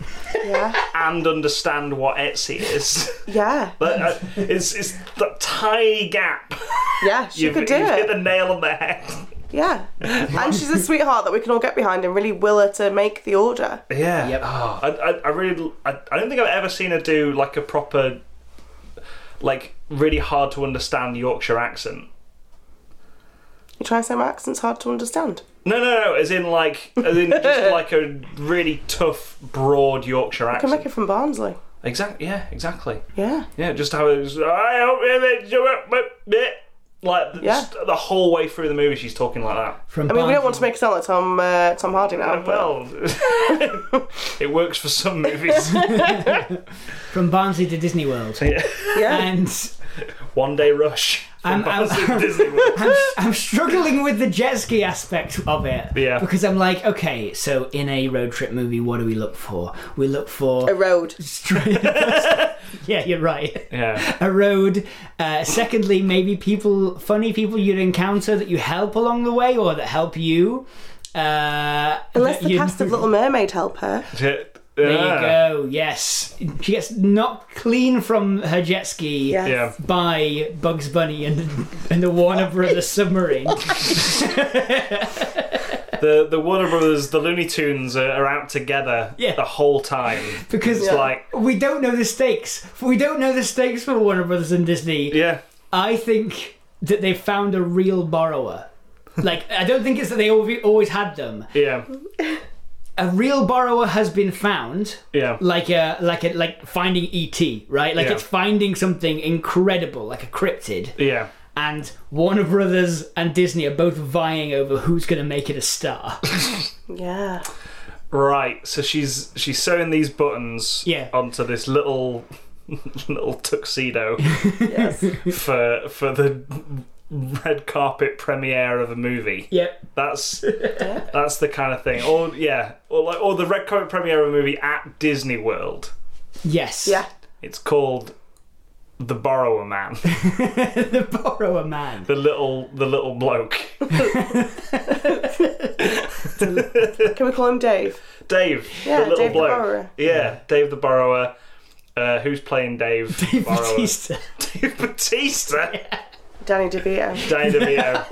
Speaker 4: Yeah.
Speaker 1: and understand what Etsy is.
Speaker 4: Yeah.
Speaker 1: But uh, it's it's that tiny gap.
Speaker 4: Yeah, she
Speaker 1: you've
Speaker 4: could do
Speaker 1: you've hit
Speaker 4: it.
Speaker 1: the nail on the head.
Speaker 4: Yeah. And she's a sweetheart that we can all get behind and really will her to make the order.
Speaker 1: Yeah.
Speaker 3: Yep.
Speaker 1: Oh, I, I I really I, I don't think I've ever seen her do like a proper like really hard to understand Yorkshire accent.
Speaker 4: You try and say my accent's hard to understand.
Speaker 1: No, no, no. As in, like, as in, just like a really tough, broad Yorkshire
Speaker 4: I can
Speaker 1: accent.
Speaker 4: make it from Barnsley.
Speaker 1: Exactly. Yeah. Exactly.
Speaker 4: Yeah.
Speaker 1: Yeah. Just how it was. I hope it- it- it-" like
Speaker 4: Yeah.
Speaker 1: just the whole way through the movie, she's talking like that.
Speaker 3: From
Speaker 4: I mean, we don't want to
Speaker 3: Barnsley.
Speaker 4: make it sound like Tom uh, Tom Hardy now. but-
Speaker 1: Well, it works for some movies.
Speaker 3: from Barnsley to Disney World.
Speaker 4: yeah.
Speaker 3: And
Speaker 1: One Day Rush.
Speaker 3: I'm-
Speaker 1: From
Speaker 3: I'm-
Speaker 1: Barnsley to Disney World.
Speaker 3: I'm, I'm struggling with the jet ski aspect of it.
Speaker 1: Yeah.
Speaker 3: Because I'm like, okay, so in a road trip movie, what do we look for? We look for.
Speaker 4: A road.
Speaker 3: straight. yeah, you're right.
Speaker 1: Yeah.
Speaker 3: A road. Uh, secondly, maybe people, funny people you'd encounter that you help along the way or that help you. Uh,
Speaker 4: Unless
Speaker 3: that
Speaker 4: the
Speaker 3: you-
Speaker 4: cast of Little Mermaid help her.
Speaker 1: There
Speaker 3: There you go. Yes, she gets knocked clean from her jet ski
Speaker 4: Yeah.
Speaker 1: Yeah.
Speaker 3: by Bugs Bunny and and the Warner Brothers submarine.
Speaker 1: The the Warner Brothers, the Looney Tunes are, are out together
Speaker 3: Yeah.
Speaker 1: the whole time.
Speaker 3: because
Speaker 1: It's like
Speaker 3: we don't know the stakes. We don't know the stakes for Warner Brothers and Disney.
Speaker 1: yeah.
Speaker 3: I think that they found a real borrower. Like I don't think it's that they alwe- always had them.
Speaker 1: Yeah.
Speaker 3: A real borrower has been found.
Speaker 1: Yeah.
Speaker 3: Like a like a like finding ET, right? Like
Speaker 1: Yeah.
Speaker 3: it's finding something incredible, like a cryptid,
Speaker 1: Yeah.
Speaker 3: and Warner Brothers and Disney are both vying over who's going to make it a star.
Speaker 4: Yeah.
Speaker 1: Right. So she's she's sewing these buttons
Speaker 3: Yeah.
Speaker 1: onto this little little tuxedo
Speaker 4: Yes.
Speaker 1: for for the red carpet premiere of a movie.
Speaker 3: yep.
Speaker 1: That's that's the kind of thing. Or yeah, or like or the red carpet premiere of a movie at Disney World.
Speaker 3: Yes.
Speaker 4: yeah.
Speaker 1: It's called The Borrower Man.
Speaker 3: the borrower man.
Speaker 1: The little the little bloke.
Speaker 4: Can we call him Dave?
Speaker 1: Dave,
Speaker 4: Yeah,
Speaker 1: the little
Speaker 4: Dave the
Speaker 1: bloke.
Speaker 4: borrower.
Speaker 1: yeah, Dave the borrower. Uh, who's playing Dave?
Speaker 3: Dave
Speaker 1: borrower?
Speaker 3: Bautista.
Speaker 1: Dave Batista.
Speaker 4: Danny DeVito.
Speaker 1: Danny DeVito.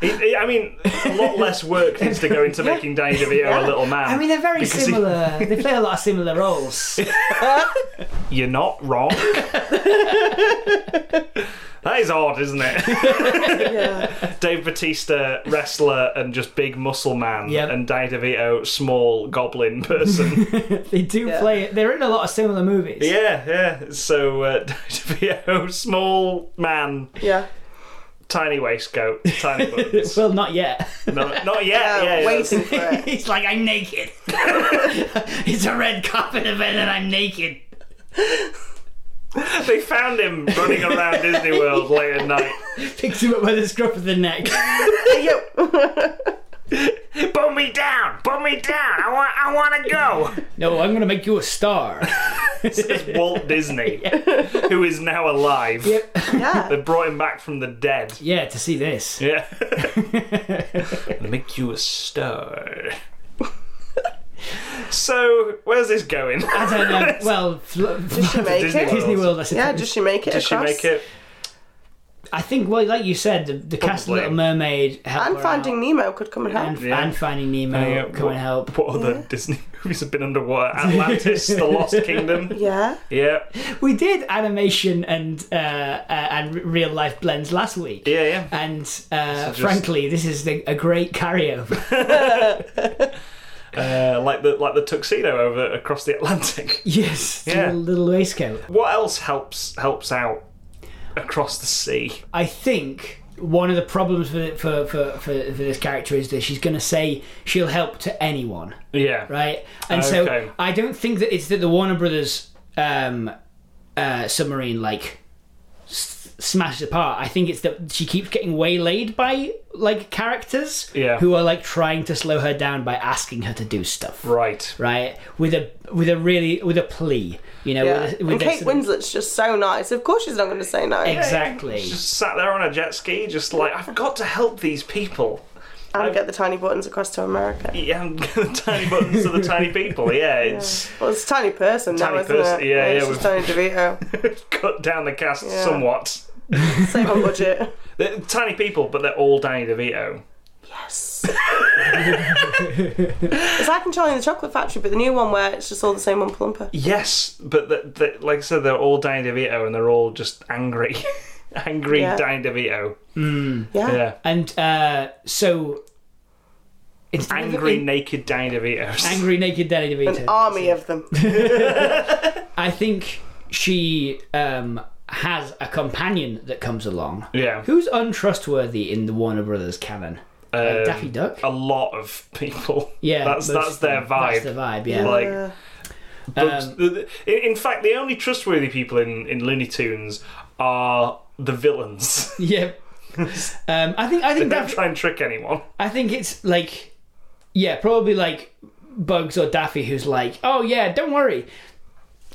Speaker 1: He- he- I mean, a lot less work needs to go into making Danny DeVito a little man.
Speaker 3: I mean, uh, they're very
Speaker 1: Because he-
Speaker 3: similar. they play a lot of similar roles.
Speaker 1: You're not wrong. that is odd, isn't it?
Speaker 4: Yeah.
Speaker 1: Dave Batista, wrestler and just big muscle man,
Speaker 3: Yep.
Speaker 1: and Danny DeVito, small goblin person.
Speaker 3: they do play it. They're in a lot of similar movies.
Speaker 1: yeah, yeah. So uh, Danny DeVito, small man,
Speaker 4: Yeah.
Speaker 1: tiny waistcoat, tiny buttons.
Speaker 3: Well, not yet.
Speaker 1: no, not yet.
Speaker 4: Uh,
Speaker 1: yeah, yeah.
Speaker 4: waiting for it.
Speaker 3: He's like, I'm naked. it's a red carpet event and I'm naked.
Speaker 1: They found him running around Disney World late at night.
Speaker 3: Picks him up by the scruff of the neck.
Speaker 4: Yep.
Speaker 1: Put me down! Put me down! I want, I want to go!
Speaker 3: no, I'm going to make you a star.
Speaker 1: It's Walt Disney, who is now alive.
Speaker 3: Yep.
Speaker 4: Yeah.
Speaker 1: They brought him back from the dead.
Speaker 3: Yeah, to see this.
Speaker 1: Yeah. Make you a star. so, where's this going?
Speaker 3: I don't know. um, Well, fl-
Speaker 4: Does she make
Speaker 1: Disney
Speaker 4: it?
Speaker 1: World.
Speaker 3: Disney World, I suppose.
Speaker 4: Yeah, does she make it
Speaker 1: Does she
Speaker 4: across?
Speaker 1: make it?
Speaker 3: I think, well, like you said, the, the cast of
Speaker 1: Probably.
Speaker 3: Little Mermaid helped
Speaker 4: And
Speaker 3: her
Speaker 4: Finding
Speaker 3: out.
Speaker 4: Nemo could come and help.
Speaker 3: and,
Speaker 1: Yeah.
Speaker 3: and Finding Nemo
Speaker 1: Yeah,
Speaker 3: come
Speaker 1: what,
Speaker 3: and Oh, help.
Speaker 1: What other Disney movies have been underwater? Atlantis, The Lost Kingdom.
Speaker 4: yeah.
Speaker 1: Yeah,
Speaker 3: We did animation and uh, uh, and r- real life blends last week.
Speaker 1: yeah, yeah.
Speaker 3: And uh,
Speaker 1: just-
Speaker 3: frankly, this is the, a great carryover.
Speaker 1: Uh, like the like the tuxedo over across the Atlantic.
Speaker 3: yes, the
Speaker 1: Yeah.
Speaker 3: little, little waistcoat.
Speaker 1: What else helps helps out across the sea?
Speaker 3: I think one of the problems for for for, for, for this character is that she's going to say she'll help to anyone,
Speaker 1: Yeah,
Speaker 3: right? And
Speaker 1: Okay.
Speaker 3: so I don't think that it's that the Warner Brothers um, uh, submarine like. s- Smashed apart. I think it's that she keeps getting waylaid by like characters
Speaker 1: Yeah.
Speaker 3: who are like trying to slow her down by asking her to do stuff.
Speaker 1: right.
Speaker 3: right? With a with a really with a plea, you know. With
Speaker 4: Yeah.
Speaker 3: a, with
Speaker 4: And
Speaker 3: a
Speaker 4: Kate
Speaker 3: sort of-
Speaker 4: Winslet's just so nice. Of course she's not going to say no.
Speaker 3: exactly.
Speaker 1: Just sat there on a jet ski, just like I've got to help these people.
Speaker 4: And get the tiny buttons across to America.
Speaker 1: Yeah, I'm the tiny buttons to the tiny people. Yeah, it's
Speaker 4: Well, it's a tiny person
Speaker 1: Tiny
Speaker 4: now, isn't
Speaker 1: person,
Speaker 4: it?
Speaker 1: yeah, yeah,
Speaker 4: It's
Speaker 1: we've-
Speaker 4: just Danny DeVito.
Speaker 1: cut down the cast
Speaker 4: Yeah.
Speaker 1: somewhat.
Speaker 4: Save on budget.
Speaker 1: They're tiny people, but they're all E Danny DeVito.
Speaker 4: Yes. it's like in Charlie and the Chocolate Factory, but the new one where it's just all the same one plumper.
Speaker 1: Yes, but the, E the, like I said, they're all Danny DeVito, and they're all just angry, angry
Speaker 4: Yeah.
Speaker 1: Danny DeVito.
Speaker 4: Yeah.
Speaker 1: Yeah.
Speaker 3: And uh, so it's
Speaker 1: Angry uh, naked E Danny DeVito's.
Speaker 3: angry naked Danny
Speaker 4: An
Speaker 3: DeVito.
Speaker 4: army of them.
Speaker 3: I think she um, has a companion that comes along.
Speaker 1: Yeah.
Speaker 3: Who's untrustworthy in the Warner Brothers canon?
Speaker 1: Um,
Speaker 3: Like uh, Daffy Duck.
Speaker 1: A lot of people.
Speaker 3: yeah,
Speaker 1: That's
Speaker 3: most-
Speaker 1: that's their vibe.
Speaker 3: That's the vibe. Yeah.
Speaker 1: Like,
Speaker 4: Yeah.
Speaker 1: Bugs-
Speaker 3: Um,
Speaker 1: the- the- in in fact, the only trustworthy people in, in Looney Tunes are the villains.
Speaker 3: yeah. Um, I think I
Speaker 1: they
Speaker 3: think
Speaker 1: don't
Speaker 3: Daffy,
Speaker 1: try and trick anyone.
Speaker 3: I think it's like, yeah, probably like Bugs or Daffy, who's like, oh yeah, don't worry,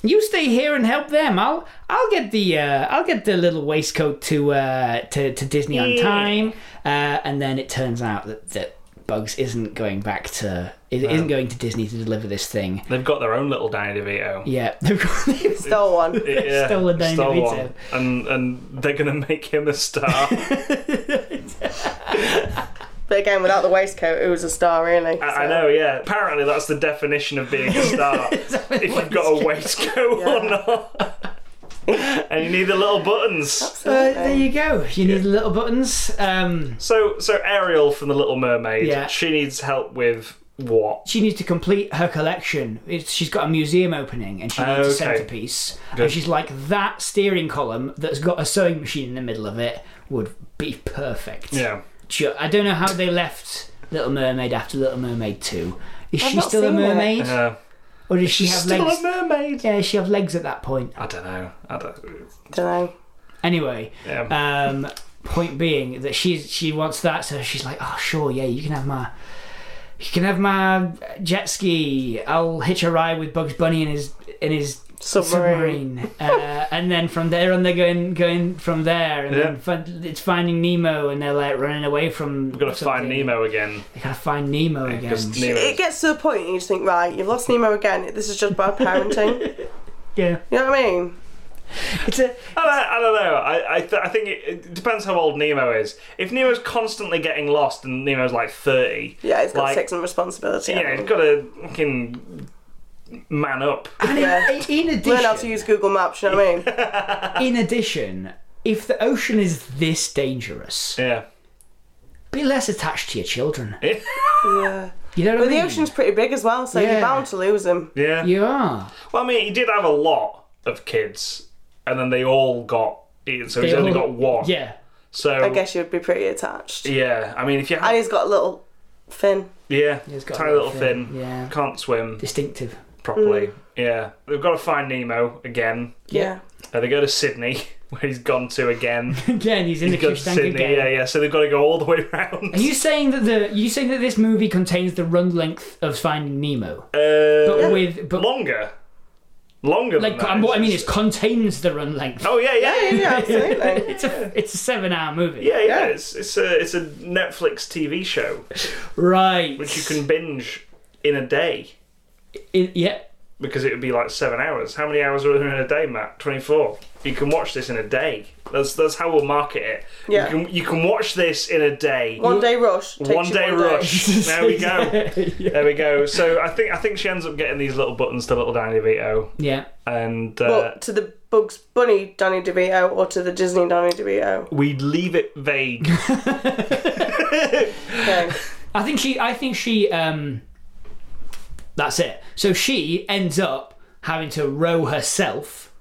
Speaker 3: you stay here and help them. I'll I'll get the uh, I'll get the little waistcoat to uh, to to Disney on
Speaker 1: Yeah.
Speaker 3: time, uh, and then it turns out that that Bugs isn't going back to is isn't going to Disney to deliver this thing.
Speaker 1: They've got their own little Danny DeVito.
Speaker 3: Yeah, they've got- they've
Speaker 4: Stole one.
Speaker 1: It- yeah,
Speaker 3: Stolen Danny
Speaker 1: stole
Speaker 3: DeVito.
Speaker 1: one. and and they're gonna make him a star.
Speaker 4: But again, without the waistcoat, it was a star, really.
Speaker 1: I, I
Speaker 4: so-
Speaker 1: know, yeah. Apparently, that's the definition of being a star. if you've
Speaker 3: Uh,
Speaker 1: got a waistcoat or not, and you need the little buttons.
Speaker 3: Uh, there you go. You need little buttons. Um,
Speaker 1: So, so Ariel from the Little Mermaid,
Speaker 3: Yeah.
Speaker 1: she needs help with what?
Speaker 3: she needs to complete her collection. It's, she's got a museum opening and she needs a
Speaker 1: Okay.
Speaker 3: centerpiece.
Speaker 1: Good.
Speaker 3: And she's like, that steering column that's got a sewing machine in the middle of it would be perfect.
Speaker 1: Yeah.
Speaker 3: Ju- I don't know how they left Little Mermaid after Little Mermaid 2. Is
Speaker 4: I've
Speaker 3: she
Speaker 4: not
Speaker 3: still a
Speaker 4: seen it.
Speaker 3: mermaid?
Speaker 1: Yeah.
Speaker 3: Or does she have
Speaker 1: Uh, Still
Speaker 3: legs?
Speaker 1: a mermaid.
Speaker 3: yeah, does she have legs at that point.
Speaker 1: I don't know. I don't.
Speaker 4: Don't know.
Speaker 3: Anyway,
Speaker 1: Yeah.
Speaker 3: um, point being that she's she wants that, so she's like, oh sure, yeah, you can have my, you can have my jet ski. I'll hitch a ride with Bugs Bunny in his in his
Speaker 4: Submarine.
Speaker 3: submarine, uh, and then from there on they're going going from there, and
Speaker 1: Yeah.
Speaker 3: then fin- it's Finding Nemo, and they're like running away from.
Speaker 1: We've got to find Nemo again.
Speaker 3: They gotta find Nemo again.
Speaker 1: Because
Speaker 4: It
Speaker 1: Nemo.
Speaker 4: gets to the point and you just think, right, you've lost Nemo again. This is just bad parenting.
Speaker 3: Yeah,
Speaker 4: you know what I mean?
Speaker 3: it's a
Speaker 1: I don't, I don't know. I I, th- I think it, it depends how old Nemo is. If Nemo's constantly getting lost and Nemo's like thirty,
Speaker 4: Yeah, it's got
Speaker 1: Like-
Speaker 4: sex and responsibility.
Speaker 1: yeah, he's got to fucking man up.
Speaker 3: and in-
Speaker 4: Yeah.
Speaker 3: in,
Speaker 4: Learn how to
Speaker 3: addition,
Speaker 4: use Google Maps, you know what I mean?
Speaker 3: in addition, if the ocean is this dangerous,
Speaker 1: Yeah.
Speaker 3: be less attached to your children.
Speaker 4: yeah.
Speaker 3: You know what
Speaker 4: But
Speaker 3: I mean?
Speaker 4: the ocean's pretty big as well, so
Speaker 3: Yeah.
Speaker 4: you're bound to lose them.
Speaker 1: Yeah.
Speaker 3: You are.
Speaker 1: Well, I mean, he did have a lot of kids, and then they all got eaten, so he's
Speaker 3: They
Speaker 1: only
Speaker 3: all-
Speaker 1: got one.
Speaker 3: Yeah.
Speaker 1: So
Speaker 4: I guess you'd be pretty attached.
Speaker 1: yeah, I mean, if you have
Speaker 4: And he's got a little fin.
Speaker 1: yeah,
Speaker 3: He's got a
Speaker 1: tiny
Speaker 3: little
Speaker 1: little fin,
Speaker 3: fin, yeah.
Speaker 1: can't swim
Speaker 3: Distinctive.
Speaker 1: properly.
Speaker 4: Mm.
Speaker 1: Yeah, they've got to find Nemo again.
Speaker 4: Yeah.
Speaker 1: Uh, they go to Sydney, where he's gone to again.
Speaker 3: again, he's in
Speaker 1: He's
Speaker 3: the
Speaker 1: gone to
Speaker 3: fish tank
Speaker 1: Sydney,
Speaker 3: again.
Speaker 1: yeah, yeah. So they've got to go all the way round.
Speaker 3: Are you saying that the you saying that this movie contains the run length of Finding Nemo, but
Speaker 1: Uh,
Speaker 3: with but
Speaker 1: longer, longer.
Speaker 3: like
Speaker 1: than that,
Speaker 3: I'm- what I mean is
Speaker 1: it's-
Speaker 3: contains the run length.
Speaker 1: Oh yeah, yeah,
Speaker 4: Yeah, yeah, yeah, absolutely.
Speaker 3: It's a it's a seven hour movie.
Speaker 1: yeah, yeah. It's it's a it's a Netflix TV show
Speaker 3: Right.
Speaker 1: which you can binge in a day.
Speaker 3: It- yeah.
Speaker 1: because it would be like seven hours. How many hours are there in a day, Matt? Twenty-four. You can watch this in a day. That's that's how we'll market it.
Speaker 4: Yeah.
Speaker 1: You can you can watch this in a day.
Speaker 4: One day rush. takes
Speaker 1: One
Speaker 4: you
Speaker 1: day rush. there we go.
Speaker 3: yeah.
Speaker 1: There we go. So I think I think she ends up getting these little buttons to little Danny DeVito,
Speaker 3: Yeah.
Speaker 1: and uh,
Speaker 4: But to the Bugs Bunny Danny DeVito or to the Disney Danny DeVito.
Speaker 1: we leave it vague.
Speaker 4: Okay.
Speaker 3: I think she. I think she. Um, that's it. So she ends up having to row herself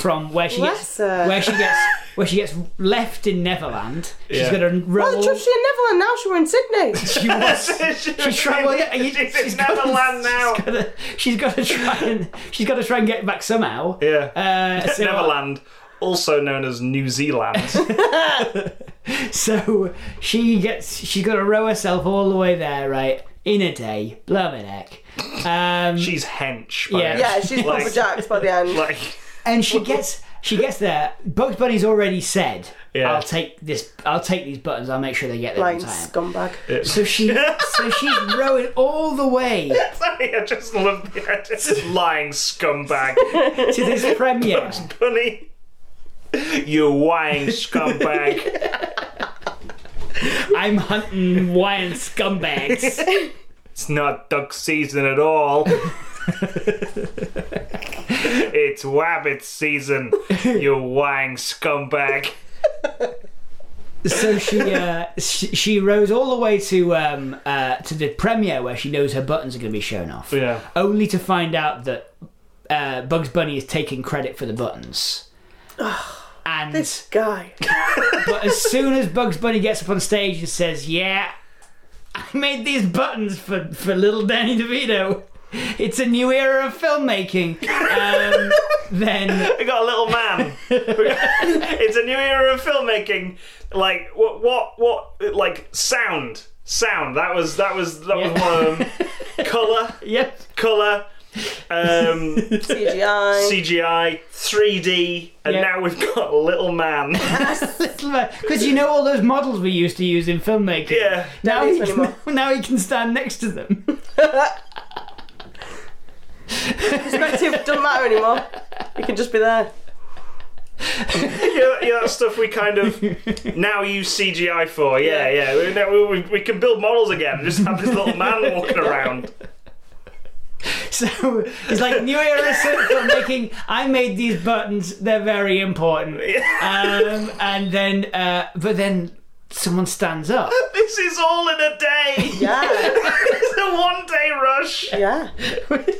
Speaker 3: from where she gets,
Speaker 4: Bless her.
Speaker 3: where she gets where she gets left in Neverland. She's
Speaker 1: Yeah.
Speaker 3: got to row.
Speaker 4: Well, the trip she in Neverland now, she were in Sydney.
Speaker 3: she was. She's trying. Well, yeah, you-
Speaker 1: she's,
Speaker 3: she's
Speaker 1: in
Speaker 3: gotta-
Speaker 1: Neverland now.
Speaker 3: She's gotta, she's gotta try and she's gotta try and get back somehow.
Speaker 1: Yeah,
Speaker 3: Uh, so,
Speaker 1: Neverland, also known as New Zealand.
Speaker 3: So she gets. She's gotta row herself all the way there, right? In a day, blooming heck. Um,
Speaker 1: she's hench. by
Speaker 3: Yeah.
Speaker 1: the-
Speaker 4: yeah, she's
Speaker 1: Like-
Speaker 4: proper jacks by the end.
Speaker 1: like
Speaker 3: and she gets she gets there. Bugs Bunny's already said,
Speaker 1: Yeah.
Speaker 3: "I'll take this. I'll take these buttons. I'll make sure they get there
Speaker 4: Like
Speaker 3: on time."
Speaker 4: scumbag.
Speaker 3: So she so she's rowing all the way to
Speaker 1: Sorry, I just love the idea. lying scumbag.
Speaker 3: this premiere.
Speaker 1: Bunny, you whining scumbag.
Speaker 3: I'm hunting wine scumbags.
Speaker 1: It's not duck season at all. it's wabbit season, you whining scumbag.
Speaker 3: so she, uh, she she rose all the way to um, uh, to the premiere where she knows her buttons are going to be shown off.
Speaker 1: Yeah.
Speaker 3: Only to find out that uh, Bugs Bunny is taking credit for the buttons. And
Speaker 4: This guy.
Speaker 3: but as soon as Bugs Bunny gets up on stage and says, "Yeah, I made these buttons for for little Danny DeVito. It's a new era of filmmaking." Um, then
Speaker 1: We got a little man. it's a new era of filmmaking. Like what? What? What? Like sound. Sound. That was. That was. That was one of them. color.
Speaker 3: yep,
Speaker 1: Color. Um,
Speaker 4: CGI.
Speaker 1: CGI. 3D. And
Speaker 3: Yeah.
Speaker 1: now we've got a little man.
Speaker 3: because you know all those models we used to use in filmmaking.
Speaker 1: yeah.
Speaker 3: Now
Speaker 4: Don't
Speaker 3: he,
Speaker 4: use them
Speaker 3: can, now he can stand next to them.
Speaker 4: Perspective doesn't matter anymore. You can just be there.
Speaker 1: You know, you know, that stuff we kind of now use CGI for. Yeah, yeah. We, now we, we, we can build models again. Just have this little man walking around.
Speaker 3: So it's like new era filmmaking. I made these buttons; they're very important. Um, and then, uh, but then someone stands up.
Speaker 1: This is all in a day.
Speaker 4: Yeah.
Speaker 1: It's a one-day rush.
Speaker 4: Yeah.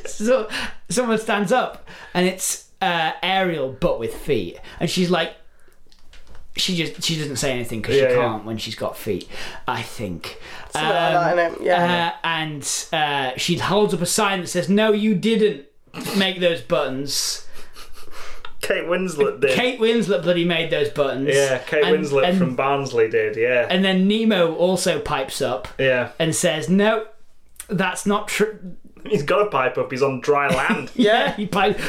Speaker 3: so someone stands up and it's uh, Ariel but with feet, and she's like, she just she doesn't say anything because
Speaker 1: Yeah,
Speaker 3: she
Speaker 1: yeah.
Speaker 3: can't when she's got feet. I think.
Speaker 4: Something like that, innit? Yeah.
Speaker 3: uh, and uh, she holds up a sign that says, "No, you didn't make those buttons."
Speaker 1: Kate Winslet did.
Speaker 3: Kate Winslet bloody made those buttons.
Speaker 1: Yeah, Kate
Speaker 3: And-
Speaker 1: Winslet
Speaker 3: and-
Speaker 1: from Barnsley did. Yeah,
Speaker 3: And then Nemo also pipes up
Speaker 1: yeah.
Speaker 3: and says, "No, that's not true."
Speaker 1: He's got a pipe up. He's on dry land,
Speaker 3: Yeah, he pipes.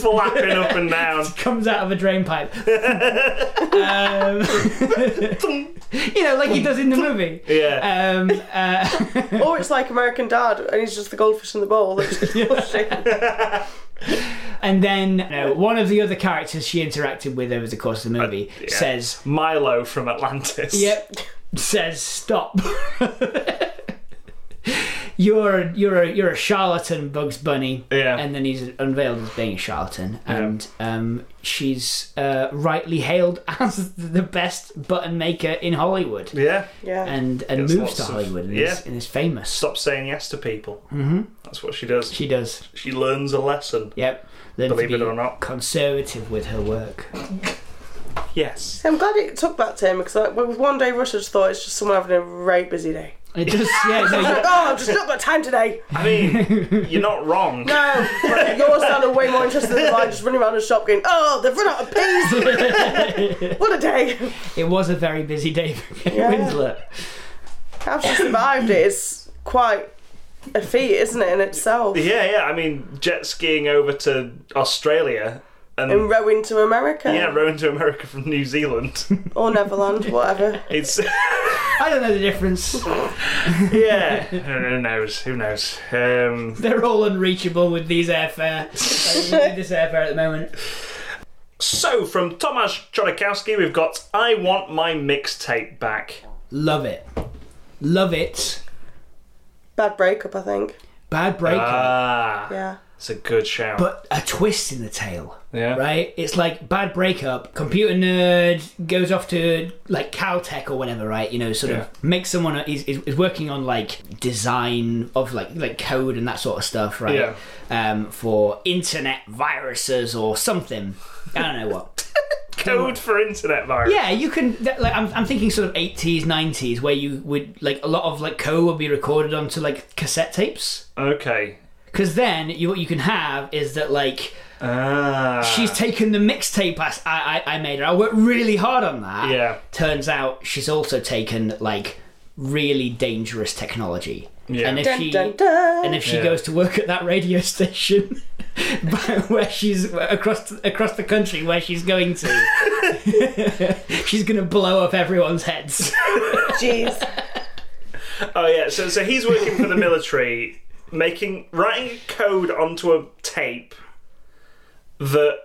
Speaker 1: flapping up and down.
Speaker 3: comes out of a drain pipe. um, you know, like he does in the movie.
Speaker 1: Yeah,
Speaker 3: Um, uh,
Speaker 4: Or it's like American Dad, and he's just the goldfish in the bowl. That's just pushing.
Speaker 3: and then you know, one of the other characters she interacted with over the course of the movie
Speaker 1: Uh, yeah.
Speaker 3: says,
Speaker 1: Milo from Atlantis.
Speaker 3: "Yep," says, "Stop." You're you're a, you're a charlatan, Bugs Bunny,
Speaker 1: Yeah.
Speaker 3: and then he's unveiled as being a charlatan, and um, she's uh, rightly hailed as the best button maker in Hollywood.
Speaker 1: yeah.
Speaker 4: Yeah.
Speaker 3: and and
Speaker 1: Gets
Speaker 3: moves
Speaker 1: lots
Speaker 3: to
Speaker 1: of-
Speaker 3: Hollywood and,
Speaker 1: yeah.
Speaker 3: is, and is famous.
Speaker 1: Stop saying yes to people.
Speaker 3: hmm
Speaker 1: That's what she does.
Speaker 3: She does.
Speaker 1: She learns a lesson.
Speaker 3: Yep. Learn to
Speaker 1: Believe it
Speaker 3: be
Speaker 1: or not.
Speaker 3: conservative with her work.
Speaker 1: Yes.
Speaker 4: I'm glad it took that turn because like, with one day rush, I just thought it's just someone having a right busy day.
Speaker 3: It does. Yeah. No,
Speaker 4: It's like,
Speaker 3: you-
Speaker 4: oh, I've just not got time today.
Speaker 1: I mean, you're not wrong.
Speaker 4: No, but yours sounded way more interested than mine, just running around a shop going, oh, they've run out of peas. what a day.
Speaker 3: it was a very busy day for Kate
Speaker 4: Yeah.
Speaker 3: Winslet.
Speaker 4: How she survived it is quite a feat, isn't it, in itself?
Speaker 1: Yeah, yeah. I mean, jet skiing over to Australia and
Speaker 4: And rowing to America
Speaker 1: yeah, rowing to America from New Zealand.
Speaker 4: or Neverland, whatever.
Speaker 1: It's
Speaker 3: I don't know the difference.
Speaker 1: yeah. Who knows? Who knows? Um,
Speaker 3: They're all unreachable with these airfare. Like, with this airfare at the moment.
Speaker 1: So, from Tomasz Chodakowski, we've got I Want My Mixtape Back.
Speaker 3: Love it. Love it.
Speaker 4: Bad breakup, I think.
Speaker 3: Bad breakup.
Speaker 1: Ah,
Speaker 4: Yeah.
Speaker 1: it's a good shout.
Speaker 3: but a twist in the tale.
Speaker 1: Ah. yeah.
Speaker 3: right? It's like bad breakup. Computer nerd goes off to like Caltech or whatever, right? You know, sort
Speaker 1: Yeah.
Speaker 3: of makes someone uh, is, is, is working on like design of like like code and that sort of stuff, right?
Speaker 1: Yeah.
Speaker 3: Um, for internet viruses or something. I don't know what.
Speaker 1: Code for internet virus.
Speaker 3: yeah, you can. That, like, I'm, I'm thinking sort of 80s, 90s, where you would like a lot of like code would be recorded onto like cassette tapes.
Speaker 1: Okay.
Speaker 3: Because then you, what you can have is that like
Speaker 1: Ah.
Speaker 3: she's taken the mixtape I, I, I made and I worked really hard on that.
Speaker 1: Yeah.
Speaker 3: Turns out she's also taken like really dangerous technology.
Speaker 1: Yeah.
Speaker 3: And if
Speaker 4: Dun,
Speaker 3: she
Speaker 4: dun, dun.
Speaker 3: and if she
Speaker 1: Yeah.
Speaker 3: goes to work at that radio station by- where she's across across the country where she's going to she's going to blow up everyone's heads.
Speaker 4: Jeez.
Speaker 1: Oh, yeah. So, so he's working for the military, making writing code onto a tape that,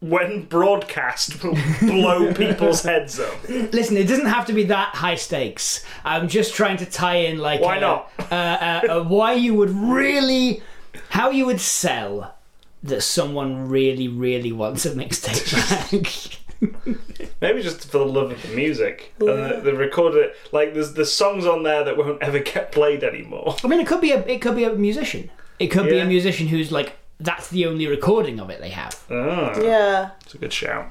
Speaker 1: when broadcast, will blow people's heads up.
Speaker 3: Listen, it doesn't have to be that high stakes. I'm just trying to tie in, like,
Speaker 1: Why
Speaker 3: uh,
Speaker 1: not?
Speaker 3: uh, uh, uh, why you would really, how you would sell that someone really, really wants a mixtape back.
Speaker 1: Maybe just for the love of the music. And they, they recorded it. Like, there's, there's songs on there that won't ever get played anymore.
Speaker 3: I mean, it could be a it could be a musician. It could be
Speaker 1: Yeah.
Speaker 3: a musician who's like that's the only recording of it they have.
Speaker 1: Ah,
Speaker 4: Yeah.
Speaker 1: It's a good shout.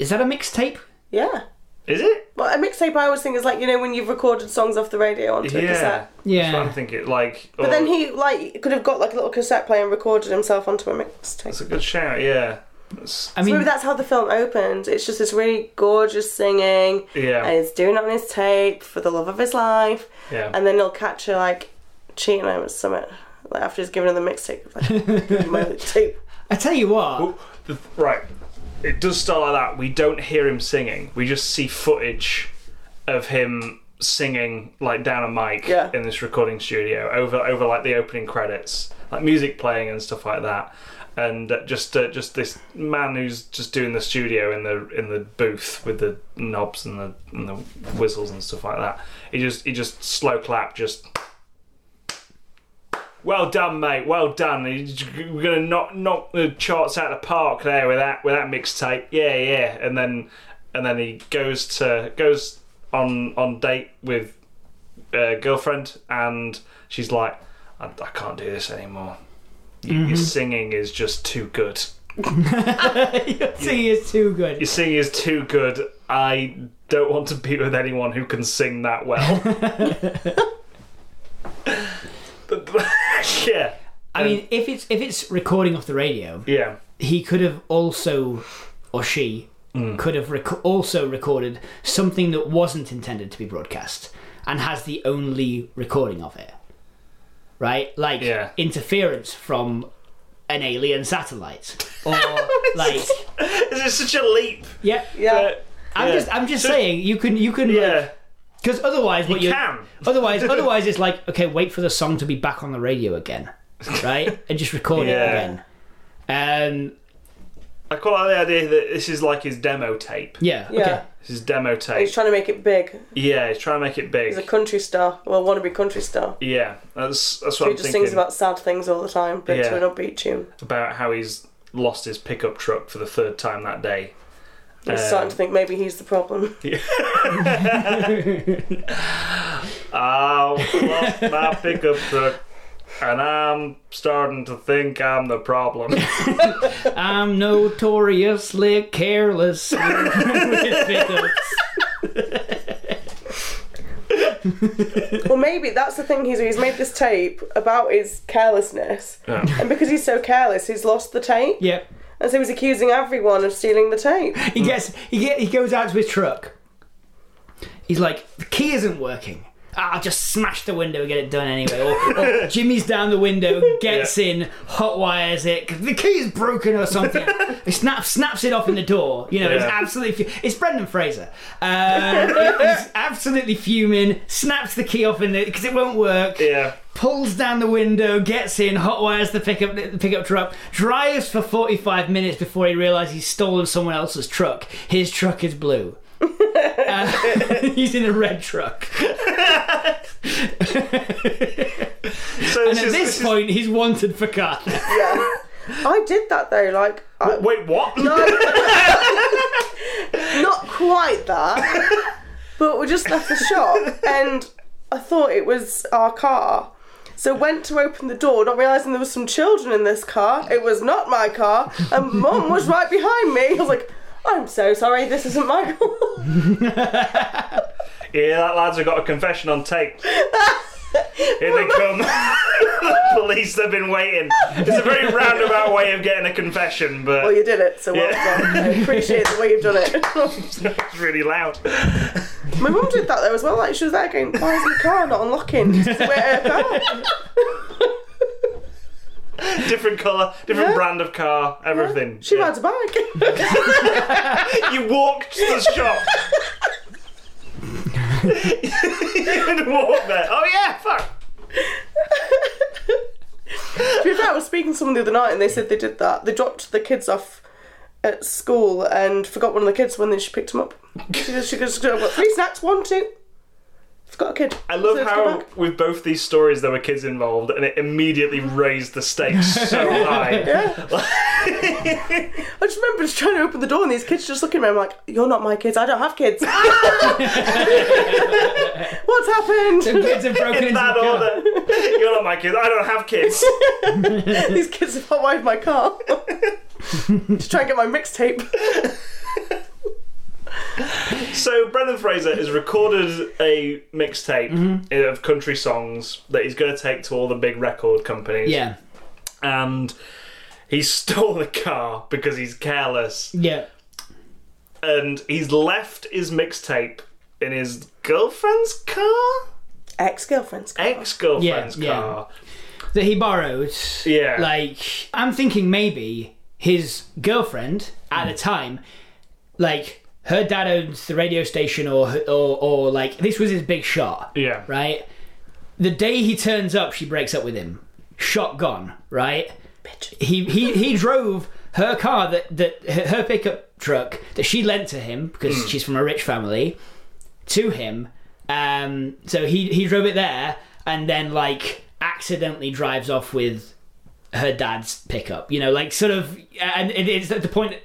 Speaker 3: Is that a mixtape?
Speaker 4: Yeah.
Speaker 1: Is it?
Speaker 4: Well, a mixtape I always think is like, you know, when you've recorded songs off the radio onto a
Speaker 1: Yeah.
Speaker 4: cassette.
Speaker 1: That's what I'm
Speaker 3: Yeah.
Speaker 1: thinking. Like, oh,
Speaker 4: But then he, like, could have got, like, a little cassette player and recorded himself onto a mixtape.
Speaker 1: That's a good shout, yeah. That's,
Speaker 3: I
Speaker 4: So maybe
Speaker 3: mean,
Speaker 4: that's how the film opens. It's just this really gorgeous singing, and
Speaker 1: yeah.
Speaker 4: he's doing it on his tape for the love of his life,
Speaker 1: Yeah.
Speaker 4: and then he'll catch her like cheating on him at summit. Like after he's given her the mixtape, like, my tape.
Speaker 3: I tell you what.
Speaker 1: Oh, the- right. It does start like that. We don't hear him singing. We just see footage of him singing like down a mic
Speaker 4: Yeah.
Speaker 1: in this recording studio over over like the opening credits, like music playing and stuff like that. And uh, just uh, just this man who's just doing the studio in the in the booth with the knobs and the and the whistles and stuff like that. He just he just slow clap just well done, mate. Well done. We're gonna knock knock the charts out of the park there with that with that mixtape. Yeah, yeah. And then and then he goes to goes on on date with uh, girlfriend, and she's like, I, I can't do this anymore. Y- Your singing is just too good.
Speaker 3: Your tea is too good.
Speaker 1: Your singing is too good. I don't want to be with anyone who can sing that well. yeah.
Speaker 3: I mean, if it's if it's recording off the radio,
Speaker 1: Yeah.
Speaker 3: he could have also or she
Speaker 1: Mm.
Speaker 3: could have rec- also recorded something that wasn't intended to be broadcast and has the only recording of it right like
Speaker 1: Yeah.
Speaker 3: interference from an alien satellite or like
Speaker 1: This is such a leap.
Speaker 3: yeah
Speaker 4: Yeah,
Speaker 1: that-
Speaker 3: i'm
Speaker 1: yeah.
Speaker 3: just i'm just saying you can you can
Speaker 1: Yeah.
Speaker 3: because otherwise what
Speaker 1: You
Speaker 3: you
Speaker 1: can.
Speaker 3: otherwise otherwise it's like okay wait for the song to be back on the radio again right and just record
Speaker 1: Yeah.
Speaker 3: it again um
Speaker 1: I quite like the idea that this is like his demo tape.
Speaker 3: yeah
Speaker 4: yeah.
Speaker 3: okay
Speaker 1: This is demo
Speaker 4: And
Speaker 1: tape.
Speaker 4: he's trying to make it big.
Speaker 1: yeah, he's trying to make it big.
Speaker 4: He's a country star, well, wannabe country star.
Speaker 1: yeah, that's that's what
Speaker 4: Who
Speaker 1: I'm
Speaker 4: just
Speaker 1: thinking
Speaker 4: sings about sad things all the time, but
Speaker 1: Yeah.
Speaker 4: to an upbeat tune.
Speaker 1: about how he's lost his pickup truck for the third time that day.
Speaker 4: I'm
Speaker 1: Um,
Speaker 4: starting to think maybe he's the problem.
Speaker 1: I've lost my pickup truck, and I'm starting to think I'm the problem.
Speaker 3: I'm notoriously careless with pickups.
Speaker 4: well, maybe that's the thing. He's he's made this tape about his carelessness,
Speaker 1: Yeah.
Speaker 4: and because he's so careless, he's lost the tape.
Speaker 3: Yep.
Speaker 4: And so he's accusing everyone of stealing the tape.
Speaker 3: He gets he get, he goes out to his truck. He's like, the key isn't working. Ah, I'll just smash the window and get it done anyway. Or, or Jimmy's down the window, gets in, hot wires it. 'cause The key's broken or something. he snaps snaps it off in the door. You know, it's
Speaker 1: Yeah.
Speaker 3: absolutely. fu- It's Brendan Fraser. Um, he's absolutely fuming. Snaps the key off in the because it won't work.
Speaker 1: yeah,
Speaker 3: pulls down the window, gets in, hot wires the pickup the pickup truck, drives for 45 minutes before he realizes he's stolen someone else's truck. His truck is blue. Uh, he's in a red truck.
Speaker 1: so
Speaker 3: And
Speaker 1: this
Speaker 3: at
Speaker 1: is,
Speaker 3: this,
Speaker 1: this is-
Speaker 3: point, he's wanted for car theft.
Speaker 4: Yeah. I did that though, like I,
Speaker 1: Wait, what?
Speaker 4: not quite that. but we just left the shop and I thought it was our car. So went to open the door, not realising there was some children in this car. It was not my car, and Mum was right behind me. I was like, "I'm so sorry, this isn't my car."
Speaker 1: Yeah, that lad's have got a confession on tape. Here they come. Police, they've been waiting. It's a very roundabout way of getting a confession, but
Speaker 4: Well, you did it, so well
Speaker 1: Yeah.
Speaker 4: done. I appreciate the way you've done it.
Speaker 1: it's really loud.
Speaker 4: my mum did that though as well. Like she was there going, "Why is the car not unlocking?" Just wait her car.
Speaker 1: Different colour, different
Speaker 4: Yeah.
Speaker 1: brand of car, everything.
Speaker 4: She
Speaker 1: Yeah.
Speaker 4: rides a bike.
Speaker 1: You walked to the shop. you had walked there. Oh yeah, fuck.
Speaker 4: To be fair, I was speaking to someone the other night and they said they did that. They dropped the kids off at school and forgot one of the kids when they she picked them up. She just, she just got three snacks, one, two, I've got a kid.
Speaker 1: I love
Speaker 4: So it's come
Speaker 1: how
Speaker 4: back.
Speaker 1: with both these stories there were kids involved, and it immediately raised the stakes so high.
Speaker 4: I just remember just trying to open the door and these kids just looking at me. I'm like, you're not my kids. I don't have kids. What's happened?
Speaker 3: Kids have broken
Speaker 1: In
Speaker 3: into
Speaker 1: that
Speaker 3: the car.
Speaker 1: order, you're not my kids. I don't have kids.
Speaker 4: these kids have hot wired my car. just try and get my mixtape.
Speaker 1: So Brendan Fraser has recorded a mixtape
Speaker 3: Mm-hmm.
Speaker 1: eh, of country songs that he's going to take to all the big record companies.
Speaker 3: Yeah,
Speaker 1: and he stole the car because he's careless,
Speaker 3: yeah.
Speaker 1: and he's left his mixtape in his girlfriend's car,
Speaker 4: Ex girlfriend's car.
Speaker 1: ex girlfriend's
Speaker 3: Yeah, yeah.
Speaker 1: car.
Speaker 3: That he borrowed.
Speaker 1: Yeah.
Speaker 3: Like, I'm thinking maybe his girlfriend at
Speaker 1: Hmm.
Speaker 3: the time, like, her dad owns the radio station, or or or like this was his big shot.
Speaker 1: Yeah.
Speaker 3: Right. The day he turns up, she breaks up with him. Shot gone. Right.
Speaker 4: Bitch.
Speaker 3: he he he drove her car that that her her pickup truck that she lent to him because she's from a rich family to him. Um, so he he drove it there and then like accidentally drives off with her dad's pickup. You know, like sort of, and it is at the point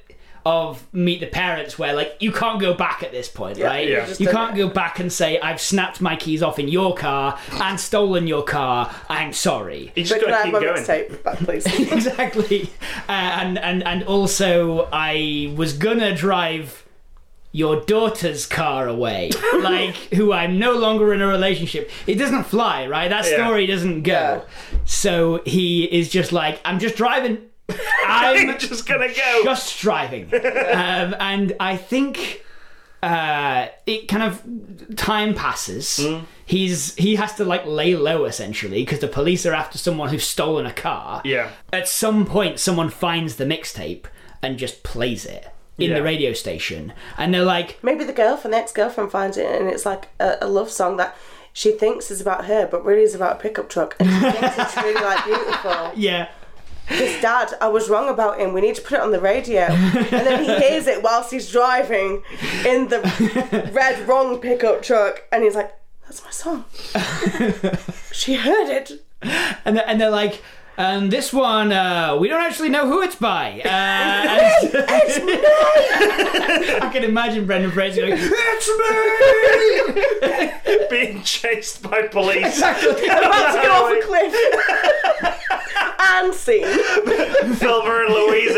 Speaker 3: of meet the parents where like you can't go back at this point, right?
Speaker 1: yeah. Just
Speaker 3: You
Speaker 4: don't-
Speaker 3: can't go back and say I've snapped my keys off in your car and stolen your car. I'm sorry
Speaker 1: He's
Speaker 4: So
Speaker 1: just
Speaker 4: can I
Speaker 1: got to
Speaker 4: have
Speaker 1: keep
Speaker 4: my
Speaker 1: going.
Speaker 4: mixtape back, please?
Speaker 3: exactly. Uh, and and and also, I was gonna drive your daughter's car away, like who I'm no longer in a relationship. It doesn't fly, right? That
Speaker 1: Yeah.
Speaker 3: story doesn't go.
Speaker 4: Yeah.
Speaker 3: So he is just like, I'm just driving. I'm
Speaker 1: He's just gonna go.
Speaker 3: just driving. um, and I think uh, it kind of time passes.
Speaker 1: Mm.
Speaker 3: He's he has to like lay low essentially because the police are after someone who's stolen a car
Speaker 1: yeah,
Speaker 3: at some point someone finds the mixtape and just plays it in
Speaker 1: Yeah.
Speaker 3: the radio station and they're like
Speaker 4: Maybe the girlfriend, the ex girlfriend, finds it and it's like a, a love song that she thinks is about her, but really is about a pickup truck. And she thinks it's really like beautiful.
Speaker 3: yeah
Speaker 4: This dad, I was wrong about him. We need to put it on the radio. And then he hears it whilst he's driving in the red wrong pickup truck, and he's like, "That's my song." she heard it.
Speaker 3: and they're, and they're like um, this one uh, we don't actually know who it's by uh, and- I can imagine Brendan Fraser going
Speaker 1: it's me. Being chased by police.
Speaker 4: About to go off a cliff. and scene.
Speaker 1: Silver and Louise.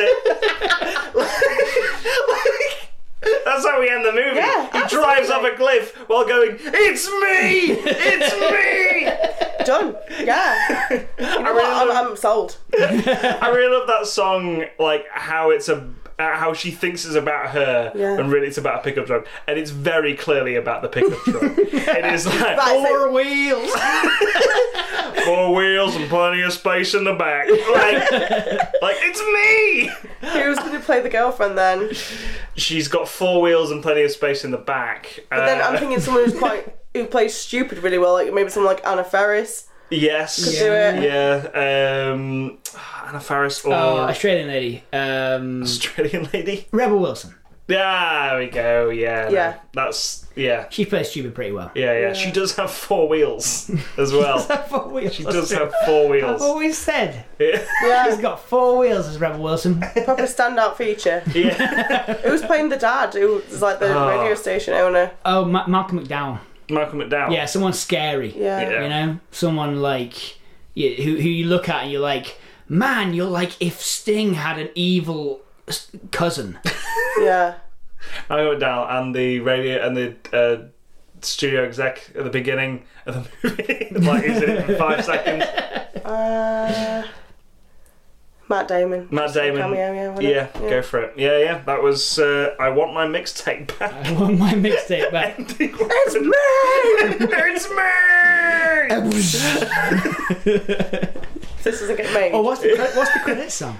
Speaker 1: That's how we end the movie.
Speaker 4: Yeah,
Speaker 1: he drives
Speaker 4: absolutely.
Speaker 1: off a cliff while going, "It's me! It's me!"
Speaker 4: Done. Yeah. You know what? I'm, I'm sold.
Speaker 1: I really love that song. Like how it's a uh, how she thinks it's about her,
Speaker 4: Yeah.
Speaker 1: and really it's about a pickup truck, and it's very clearly about the pickup truck. it is like
Speaker 4: Right, so-
Speaker 3: four wheels
Speaker 1: four wheels and plenty of space in the back. Like, like it's me.
Speaker 4: Who's going to play the girlfriend then?
Speaker 1: She's got four wheels and plenty of space in the back.
Speaker 4: But then I'm
Speaker 1: Uh,
Speaker 4: thinking someone who's quite who plays stupid really well, like maybe someone like Anna Ferris.
Speaker 1: yes.
Speaker 4: Do it.
Speaker 1: Yeah, um, Anna Faris or
Speaker 3: oh, Australian lady um,
Speaker 1: Australian lady.
Speaker 3: Rebel Wilson
Speaker 1: Yeah, there we go. Yeah,
Speaker 4: Yeah.
Speaker 1: that's yeah,
Speaker 3: she plays stupid pretty well
Speaker 1: yeah, yeah. She does have four wheels as well.
Speaker 3: four wheels
Speaker 1: she does have four
Speaker 3: I've
Speaker 1: wheels.
Speaker 3: always said she's
Speaker 4: Yeah,
Speaker 3: got four wheels as Rebel Wilson
Speaker 4: proper standout feature.
Speaker 1: yeah,
Speaker 4: Who's playing the dad? Who was like the
Speaker 1: Oh.
Speaker 4: radio station owner?
Speaker 3: oh Ma- Malcolm McDowell
Speaker 1: Malcolm McDowell.
Speaker 3: yeah someone scary
Speaker 4: Yeah.
Speaker 1: Yeah.
Speaker 3: you know someone like you, who who you look at and you're like man you're like if sting had an evil s- cousin
Speaker 4: Yeah.
Speaker 1: Malcolm McDowell and the radio and the uh, studio exec at the beginning of the movie. like he's in it for five seconds.
Speaker 4: Uh, Matt Damon.
Speaker 1: Matt Damon.
Speaker 4: Cameo, yeah, whatever.
Speaker 1: Yeah, go for it. Yeah, yeah. That was uh, I want my mixtape back.
Speaker 3: i want my mixtape back
Speaker 1: it's me. it's me.
Speaker 4: This doesn't get made.
Speaker 3: oh what's the, cre- what's the credits song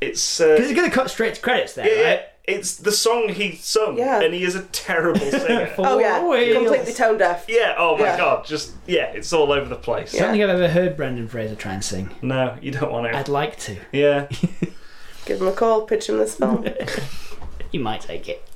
Speaker 1: It's uh,
Speaker 3: because it's gonna cut straight to credits there
Speaker 1: Yeah,
Speaker 3: right
Speaker 1: yeah. It's the song he sung,
Speaker 4: Yeah.
Speaker 1: and he is a terrible singer.
Speaker 4: Oh, yeah.
Speaker 3: Four wheels.
Speaker 4: Completely tone deaf.
Speaker 1: yeah. Oh my
Speaker 4: Yeah.
Speaker 1: god. Just yeah. It's all over the place.
Speaker 3: I don't think I've ever heard Brendan Fraser try and sing.
Speaker 1: No, you don't want to.
Speaker 3: I'd like to.
Speaker 1: Yeah.
Speaker 4: Give him a call. Pitch him this film.
Speaker 3: You might take it.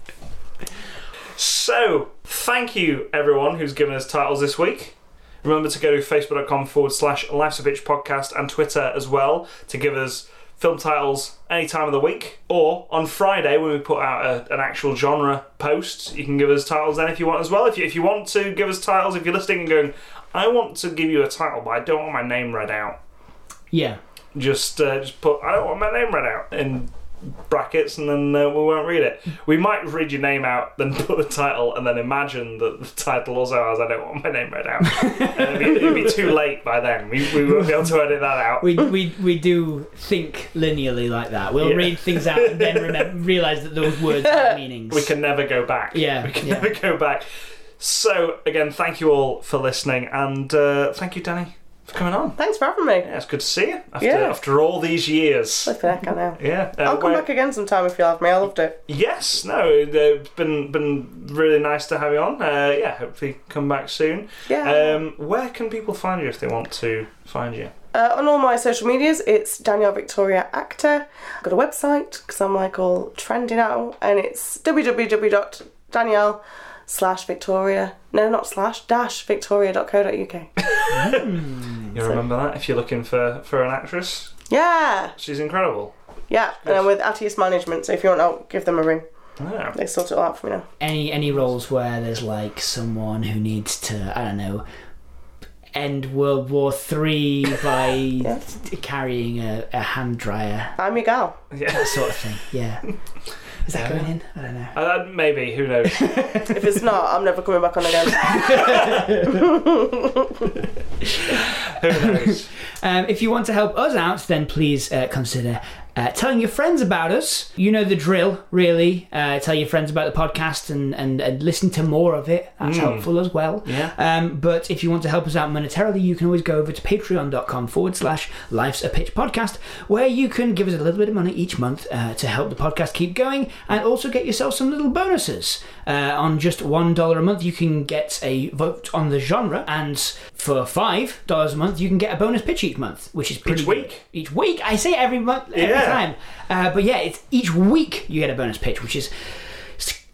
Speaker 1: So, thank you everyone who's given us titles this week. Remember to go to facebook.com forward slash Life's a Bitch podcast and Twitter as well to give us film titles any time of the week. Or on Friday, when we put out a, an actual genre post, you can give us titles then if you want as well. If you, if you want to give us titles, if you're listening and going, I want to give you a title, but I don't want my name read out,
Speaker 3: Yeah.
Speaker 1: just, uh, just put, I don't want my name read out in brackets and then uh, we won't read it. We might read your name out, then put the title, and then imagine that the title also has I don't want my name read out. And it'd, be, it'd be too late by then. We, we won't be able to edit that out.
Speaker 3: We, we, we do think linearly like that. We'll
Speaker 1: Hmm. Yeah.
Speaker 3: read things out and then remember, realize that those words have meanings.
Speaker 1: We can never go back.
Speaker 3: Yeah,
Speaker 1: We can
Speaker 3: yeah.
Speaker 1: never go back. So, again, thank you all for listening and uh, thank you, Danny, for coming on.
Speaker 4: Thanks for having me.
Speaker 1: Yeah, it's good to see you after,
Speaker 4: Yeah.
Speaker 1: after all these years.
Speaker 4: Look back, I know.
Speaker 1: Yeah. uh,
Speaker 4: I'll come
Speaker 1: where-
Speaker 4: back again sometime if you have me. I loved it.
Speaker 1: Yes, no, it's been been really nice to have you on. Uh, yeah, hopefully come back soon.
Speaker 4: Yeah.
Speaker 1: Um, where can people find you if they want to find you?
Speaker 4: Uh, on all my social medias, it's Danielle Victoria Actor. I've got a website because I'm like all trendy now, and it's www.danielle slash Victoria. No, not slash dash Victoria.co.uk.
Speaker 3: Hmm.
Speaker 1: You remember that if you're looking for for an actress,
Speaker 4: Yeah,
Speaker 1: she's incredible.
Speaker 4: yeah. And I'm with Atius Management, so if you want, I'll give them a ring.
Speaker 1: Yeah.
Speaker 4: They sort it all out for me now.
Speaker 3: any any roles where there's like someone who needs to I don't know end World War Three by t- carrying a, a hand dryer
Speaker 4: I'm your gal.
Speaker 1: yeah.
Speaker 3: that sort of thing. Yeah, is that going in? I don't know.
Speaker 1: Uh, maybe who knows?
Speaker 4: If it's not, I'm never coming back on again.
Speaker 1: who knows?
Speaker 3: Um, if you want to help us out, then please uh, consider uh, telling your friends about us. You know the drill, really. Uh, tell your friends about the podcast and, and, and listen to more of it. That's helpful as well.
Speaker 1: Yeah.
Speaker 3: Um, but if you want to help us out monetarily, you can always go over to patreon.com forward slash life's a pitch podcast, where you can give us a little bit of money each month uh, to help the podcast keep going and also get yourself some little bonuses. Uh, on just $1 a month, you can get a vote on the genre, and for $5 a month, you can get a bonus pitch each month, which is pretty
Speaker 1: Each
Speaker 3: good.
Speaker 1: week?
Speaker 3: Each week. I say it every month, every
Speaker 1: Yeah.
Speaker 3: time. Uh, but yeah, it's each week you get a bonus pitch, which is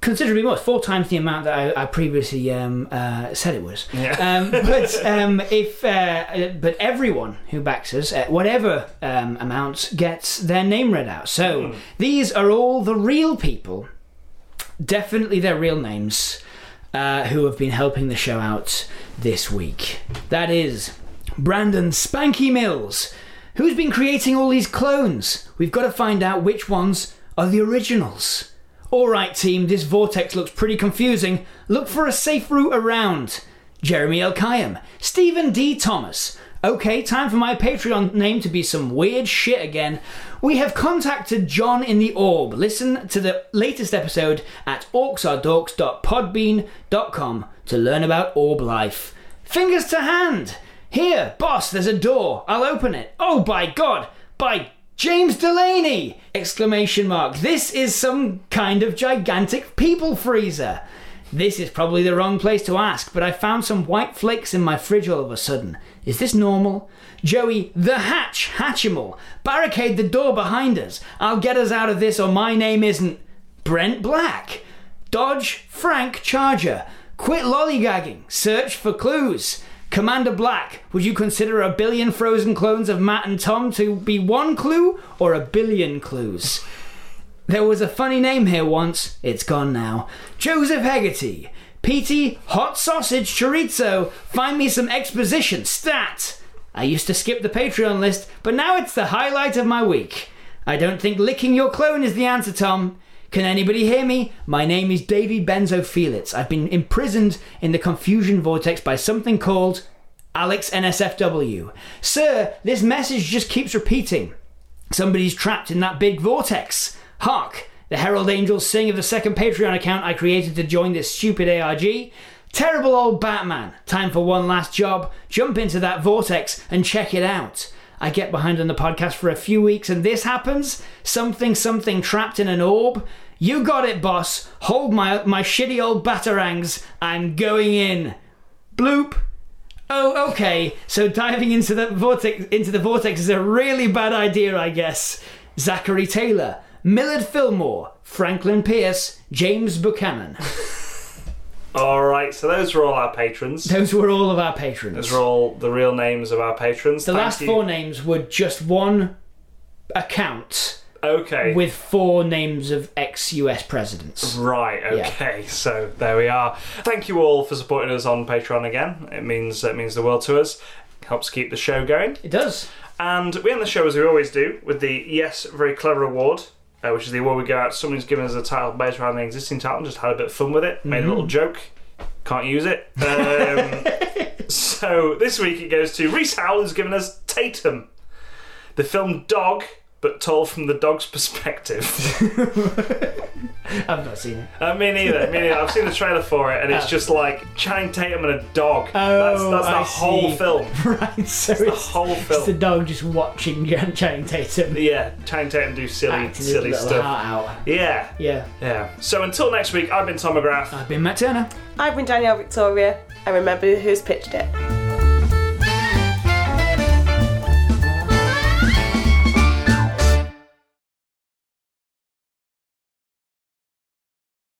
Speaker 3: considerably more. It's four times the amount that I, I previously um, uh, said it was. Um, but um, if uh, uh, but everyone who backs us, at whatever um, amount, gets their name read out. So these are all the real people. Definitely their real names. Uh, who have been helping the show out this week. That is Brandon Spanky Mills. Who's been creating all these clones? We've got to find out which ones are the originals. Alright, team, this vortex looks pretty confusing. Look for a safe route around. Jeremy L. Kayam. Stephen D. Thomas. Okay, time for my Patreon name to be some weird shit again. We have contacted John in the Orb. Listen to the latest episode at orcsaredorks.podbean.com to learn about orb life. Fingers to hand! Here, boss, there's a door. I'll open it. Oh, by God! By James Delaney! Exclamation mark. This is some kind of gigantic people freezer. This is probably the wrong place to ask, but I found some white flakes in my fridge all of a sudden. Is this normal? Joey, the hatch, Hatchimal. Barricade the door behind us. I'll get us out of this, or my name isn't Brent Black. Dodge Frank Charger. Quit lollygagging. Search for clues. Commander Black, would you consider a billion frozen clones of Matt and Tom to be one clue or a billion clues? There was a funny name here once, it's gone now. Joseph Hegarty. PT Hot Sausage Chorizo, find me some exposition, stat! I used to skip the Patreon list, but now it's the highlight of my week. I don't think licking your clone is the answer, Tom. Can anybody hear me? My name is Davy Benzo Felix. I've been imprisoned in the confusion vortex by something called Alex NSFW. Sir, this message just keeps repeating. Somebody's trapped in that big vortex. Hark! The Herald Angels sing of the second Patreon account I created to join this stupid ARG. Terrible old Batman. Time for one last job. Jump into that vortex and check it out. I get behind on the podcast for a few weeks and this happens? Something, something trapped in an orb? You got it, boss. Hold my, my shitty old batarangs. I'm going in. Bloop. Oh, okay. So diving into the vortex into the vortex is a really bad idea, I guess. Zachary Taylor, Millard Fillmore, Franklin Pierce, James Buchanan.
Speaker 1: All right, so those were all our patrons.
Speaker 3: Those were all of our patrons.
Speaker 1: Those were all the real names of our patrons.
Speaker 3: the
Speaker 1: Thank
Speaker 3: last
Speaker 1: you.
Speaker 3: four names were just one account
Speaker 1: Okay.
Speaker 3: with four names of ex-US presidents.
Speaker 1: Right,
Speaker 3: Yeah.
Speaker 1: okay, so there we are. Thank you all for supporting us on Patreon again. It means it means the world to us. Helps keep the show going.
Speaker 3: It does.
Speaker 1: And we end the show as we always do with the Yes Very Clever Award, uh, which is the award we go out. Someone's given us a title based around an existing title and just had a bit of fun with it, made a little joke. Can't use it. Um, so this week it goes to Reese Howell, who's given us Tatum, the film Dog, but told from the dog's perspective.
Speaker 3: I've not seen it.
Speaker 1: Uh, me neither. Me neither. I've seen the trailer for it, and it's just like Channing Tatum and a dog. that's
Speaker 3: Ah. Oh,
Speaker 1: that's the
Speaker 3: I
Speaker 1: whole
Speaker 3: see.
Speaker 1: film.
Speaker 3: Right, so it's,
Speaker 1: The whole
Speaker 3: it's the
Speaker 1: film.
Speaker 3: dog just watching Jan- Channing Tatum
Speaker 1: Yeah, Channing Tatum do silly,
Speaker 3: acting his
Speaker 1: silly
Speaker 3: little
Speaker 1: stuff.
Speaker 3: heart out.
Speaker 1: Yeah,
Speaker 3: Yeah.
Speaker 1: yeah. So until next week, I've been Tom McGrath.
Speaker 3: I've been Matt Turner.
Speaker 4: I've been Danielle Victoria, and remember who's pitched it.